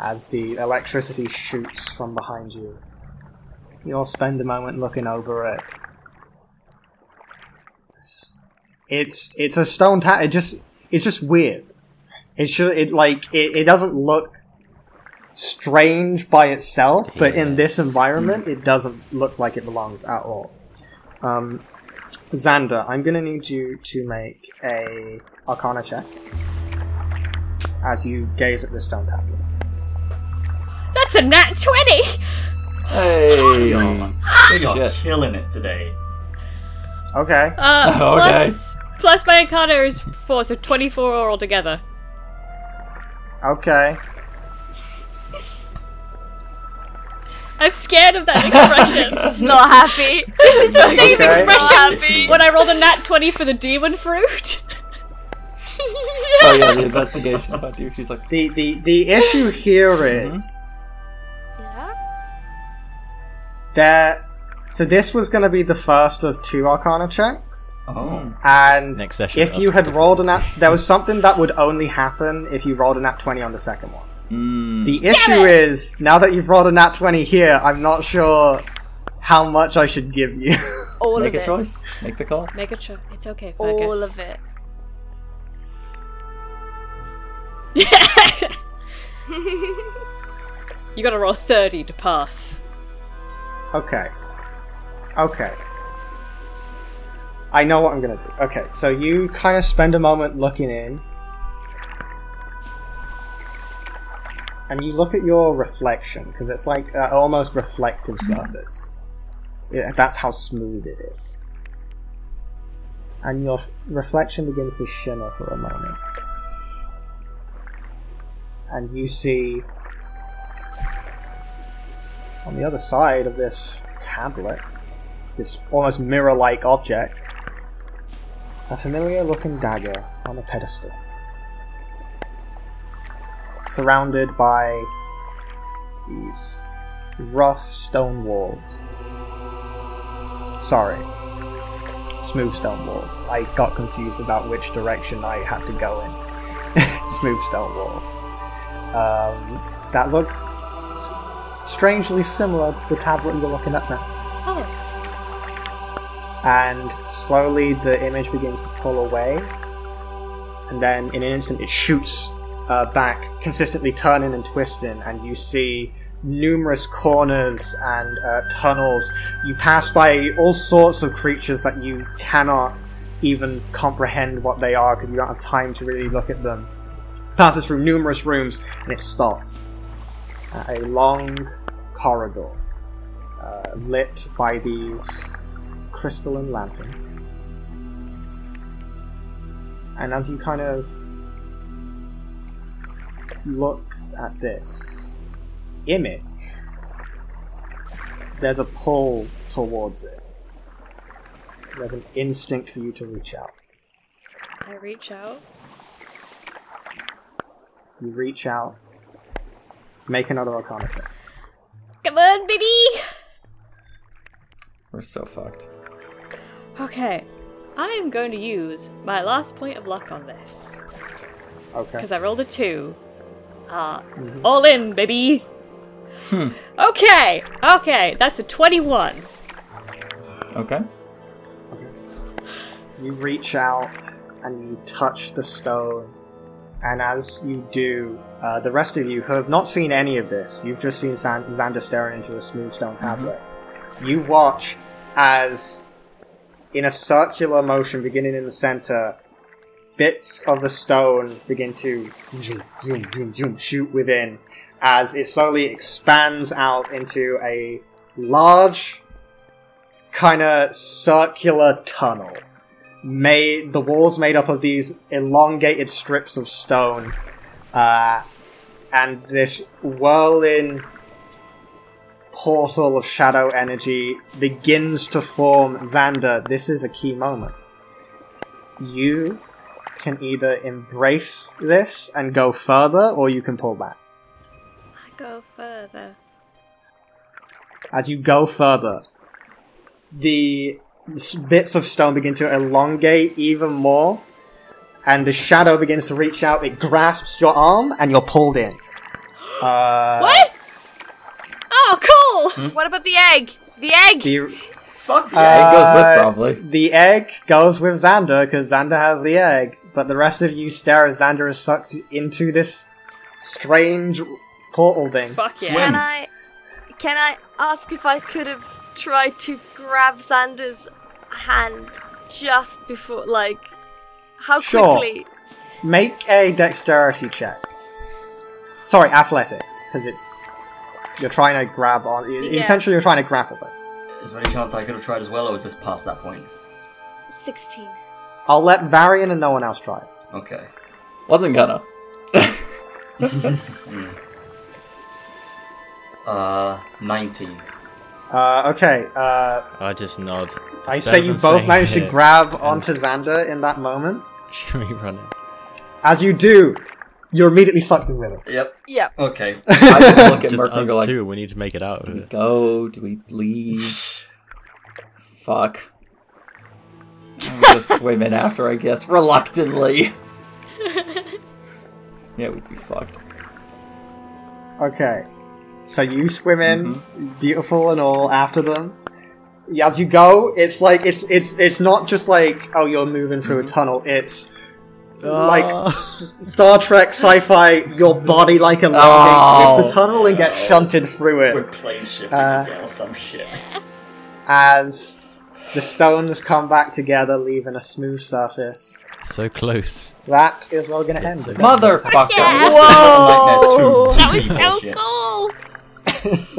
as the electricity shoots from behind you, you all spend a moment looking over it. It's- it's it's a stone tower. It just it's just weird. It should it like it, it doesn't look strange by itself, but in this environment, it doesn't look like it belongs at all. Um, Xander, I'm gonna need you to make a Arcana check as you gaze at this stone tablet.
That's a nat 20!
Hey!
They are
Shit.
killing it today.
Okay,
Uh,
Okay.
plus, plus my arcana is 4, so 24 altogether.
okay.
I'm scared of that expression.
Not happy. this is the
Same
Okay.
expression
Happy.
when I rolled a nat 20 for the demon fruit.
Oh yeah, the investigation. Oh, dude, he's like,
The the the issue here
Mm-hmm.
is-
Yeah.
that so this was going to be the first of two arcana checks
Oh.
and
Next session,
if you
that's
had rolled an at there was something that would only happen if you rolled an at 20 on the second one
mm,
the issue is now that you've rolled an at 20 here i'm not sure how much i should give you
All
make
of
a
it.
choice. Make the call.
Make a cho- It's okay, Fergus.
All of it.
You gotta roll 30 to pass.
okay okay i know what i'm going to do okay so you kind of spend a moment looking in and you look at your reflection because it's like uh, almost reflective surface. Yeah, that's how smooth it is. And your f- reflection begins to shimmer for a moment. And you see on the other side of this tablet, this almost mirror like object, a familiar looking dagger on a pedestal surrounded by these rough stone walls. Sorry, smooth stone walls. I got confused about which direction I had to go in. smooth stone walls. Um, that look s- s- strangely similar to the tablet you're looking at now.
Oh,
And slowly the image begins to pull away, and then in an instant it shoots uh, back, consistently turning and twisting, and you see numerous corners and uh, tunnels. You pass by all sorts of creatures that you cannot even comprehend what they are because you don't have time to really look at them. Passes through numerous rooms and it stops at a long corridor uh, lit by these crystalline lanterns. And as you kind of look at this image, there's a pull towards it. There's an instinct for you to reach out.
I reach out.
You reach out, make another arcana check.
Come on, baby!
We're so fucked.
Okay, I am going to use my last point of luck on this.
Okay.
because I rolled a two. Uh,
Mm-hmm.
All in, baby.
Hmm.
Okay, okay, that's a twenty-one.
Uh,
Okay.
You reach out and you touch the stone, and as you do, uh, the rest of you who have not seen any of this, you've just seen Xan- Xander staring into a smooth stone tablet. You watch as, in a circular motion beginning in the center, bits of the stone begin to zoom, zoom, zoom, zoom, shoot within as it slowly expands out into a large, kind of circular tunnel made the walls made up of these elongated strips of stone uh, and this whirling portal of shadow energy begins to form. Xander, this is a key moment. You can either embrace this and go further, or you can pull back.
I go further.
As you go further, the s- bits of stone begin to elongate even more, and the shadow begins to reach out. It grasps your arm, and you're pulled in. Uh,
what? Oh, cool!
What about the egg? The egg!
The,
Fuck yeah, it goes
Uh,
with probably.
The egg goes with Xander because Xander has the egg, but the rest of you stare as Xander is sucked into this strange portal thing.
Fuck yeah.
Swim.
Can I can I ask if I could have tried to grab Xander's hand just before like how
Sure.
quickly?
Make a dexterity check. Sorry, athletics, because it's you're trying to grab on.
Yeah.
Essentially, you're trying to grapple them.
Is there any chance I could have tried as well, or was this past that point?
Sixteen.
I'll let Varian and no one else try. it.
Okay.
Wasn't gonna.
Uh, 19.
Uh, okay, uh,
I just nod.
I
It's
say
better
you both
than saying
managed to
it.
grab onto Xander in that moment.
Should we run it?
As you do, you're immediately sucked in with it.
Yep.
Yep.
Okay.
I just look at
Just
Merc and
us
go like,
two. We need to make it out of it.
go? Do we leave? Fuck. I'm gonna swim in after, I guess, reluctantly. yeah, we'd be fucked.
Okay. Mm-hmm. So you swim in, beautiful and all, after them. Yeah, As you go, it's like it's it's it's not just like oh you're moving through
Mm-hmm.
a tunnel. It's
Ah.
like s- Star Trek sci-fi. Your body like elongates with the
Oh.
tunnel and gets shunted through
We're
it
plane shifting
Uh,
again or some shit.
as the stones come back together, leaving a smooth surface.
So close.
That is where we're gonna end.
It's a-
Motherfucker!
Yeah.
Whoa!
That was so cool!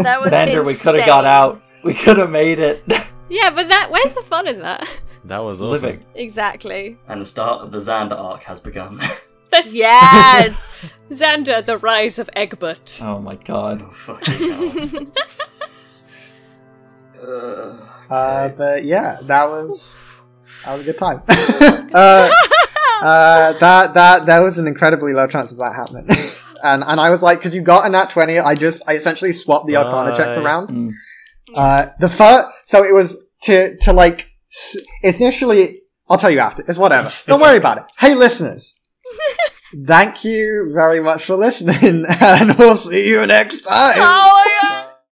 That was
Xander, we could have
insane.
got out. We could have made it.
Yeah, but that where's the fun in that?
That was awesome.
Living.
Exactly.
And the start of the Xander arc has begun.
That's
Yes.
Xander, the rise of Egbert.
Oh my god.
oh, fucking hell. uh,
Uh, but yeah, that was that was a good time. uh, uh, that that that was an incredibly low chance of that happening, and and I was like, because you got a nat twenty, I just I essentially swapped the arcana checks
Bye.
around.
Mm.
Uh, the first, so it was to to like s- it's initially. I'll tell you after. It's whatever. Don't worry about it. Hey, listeners. Thank you very much for listening, and we'll see you next time.
oh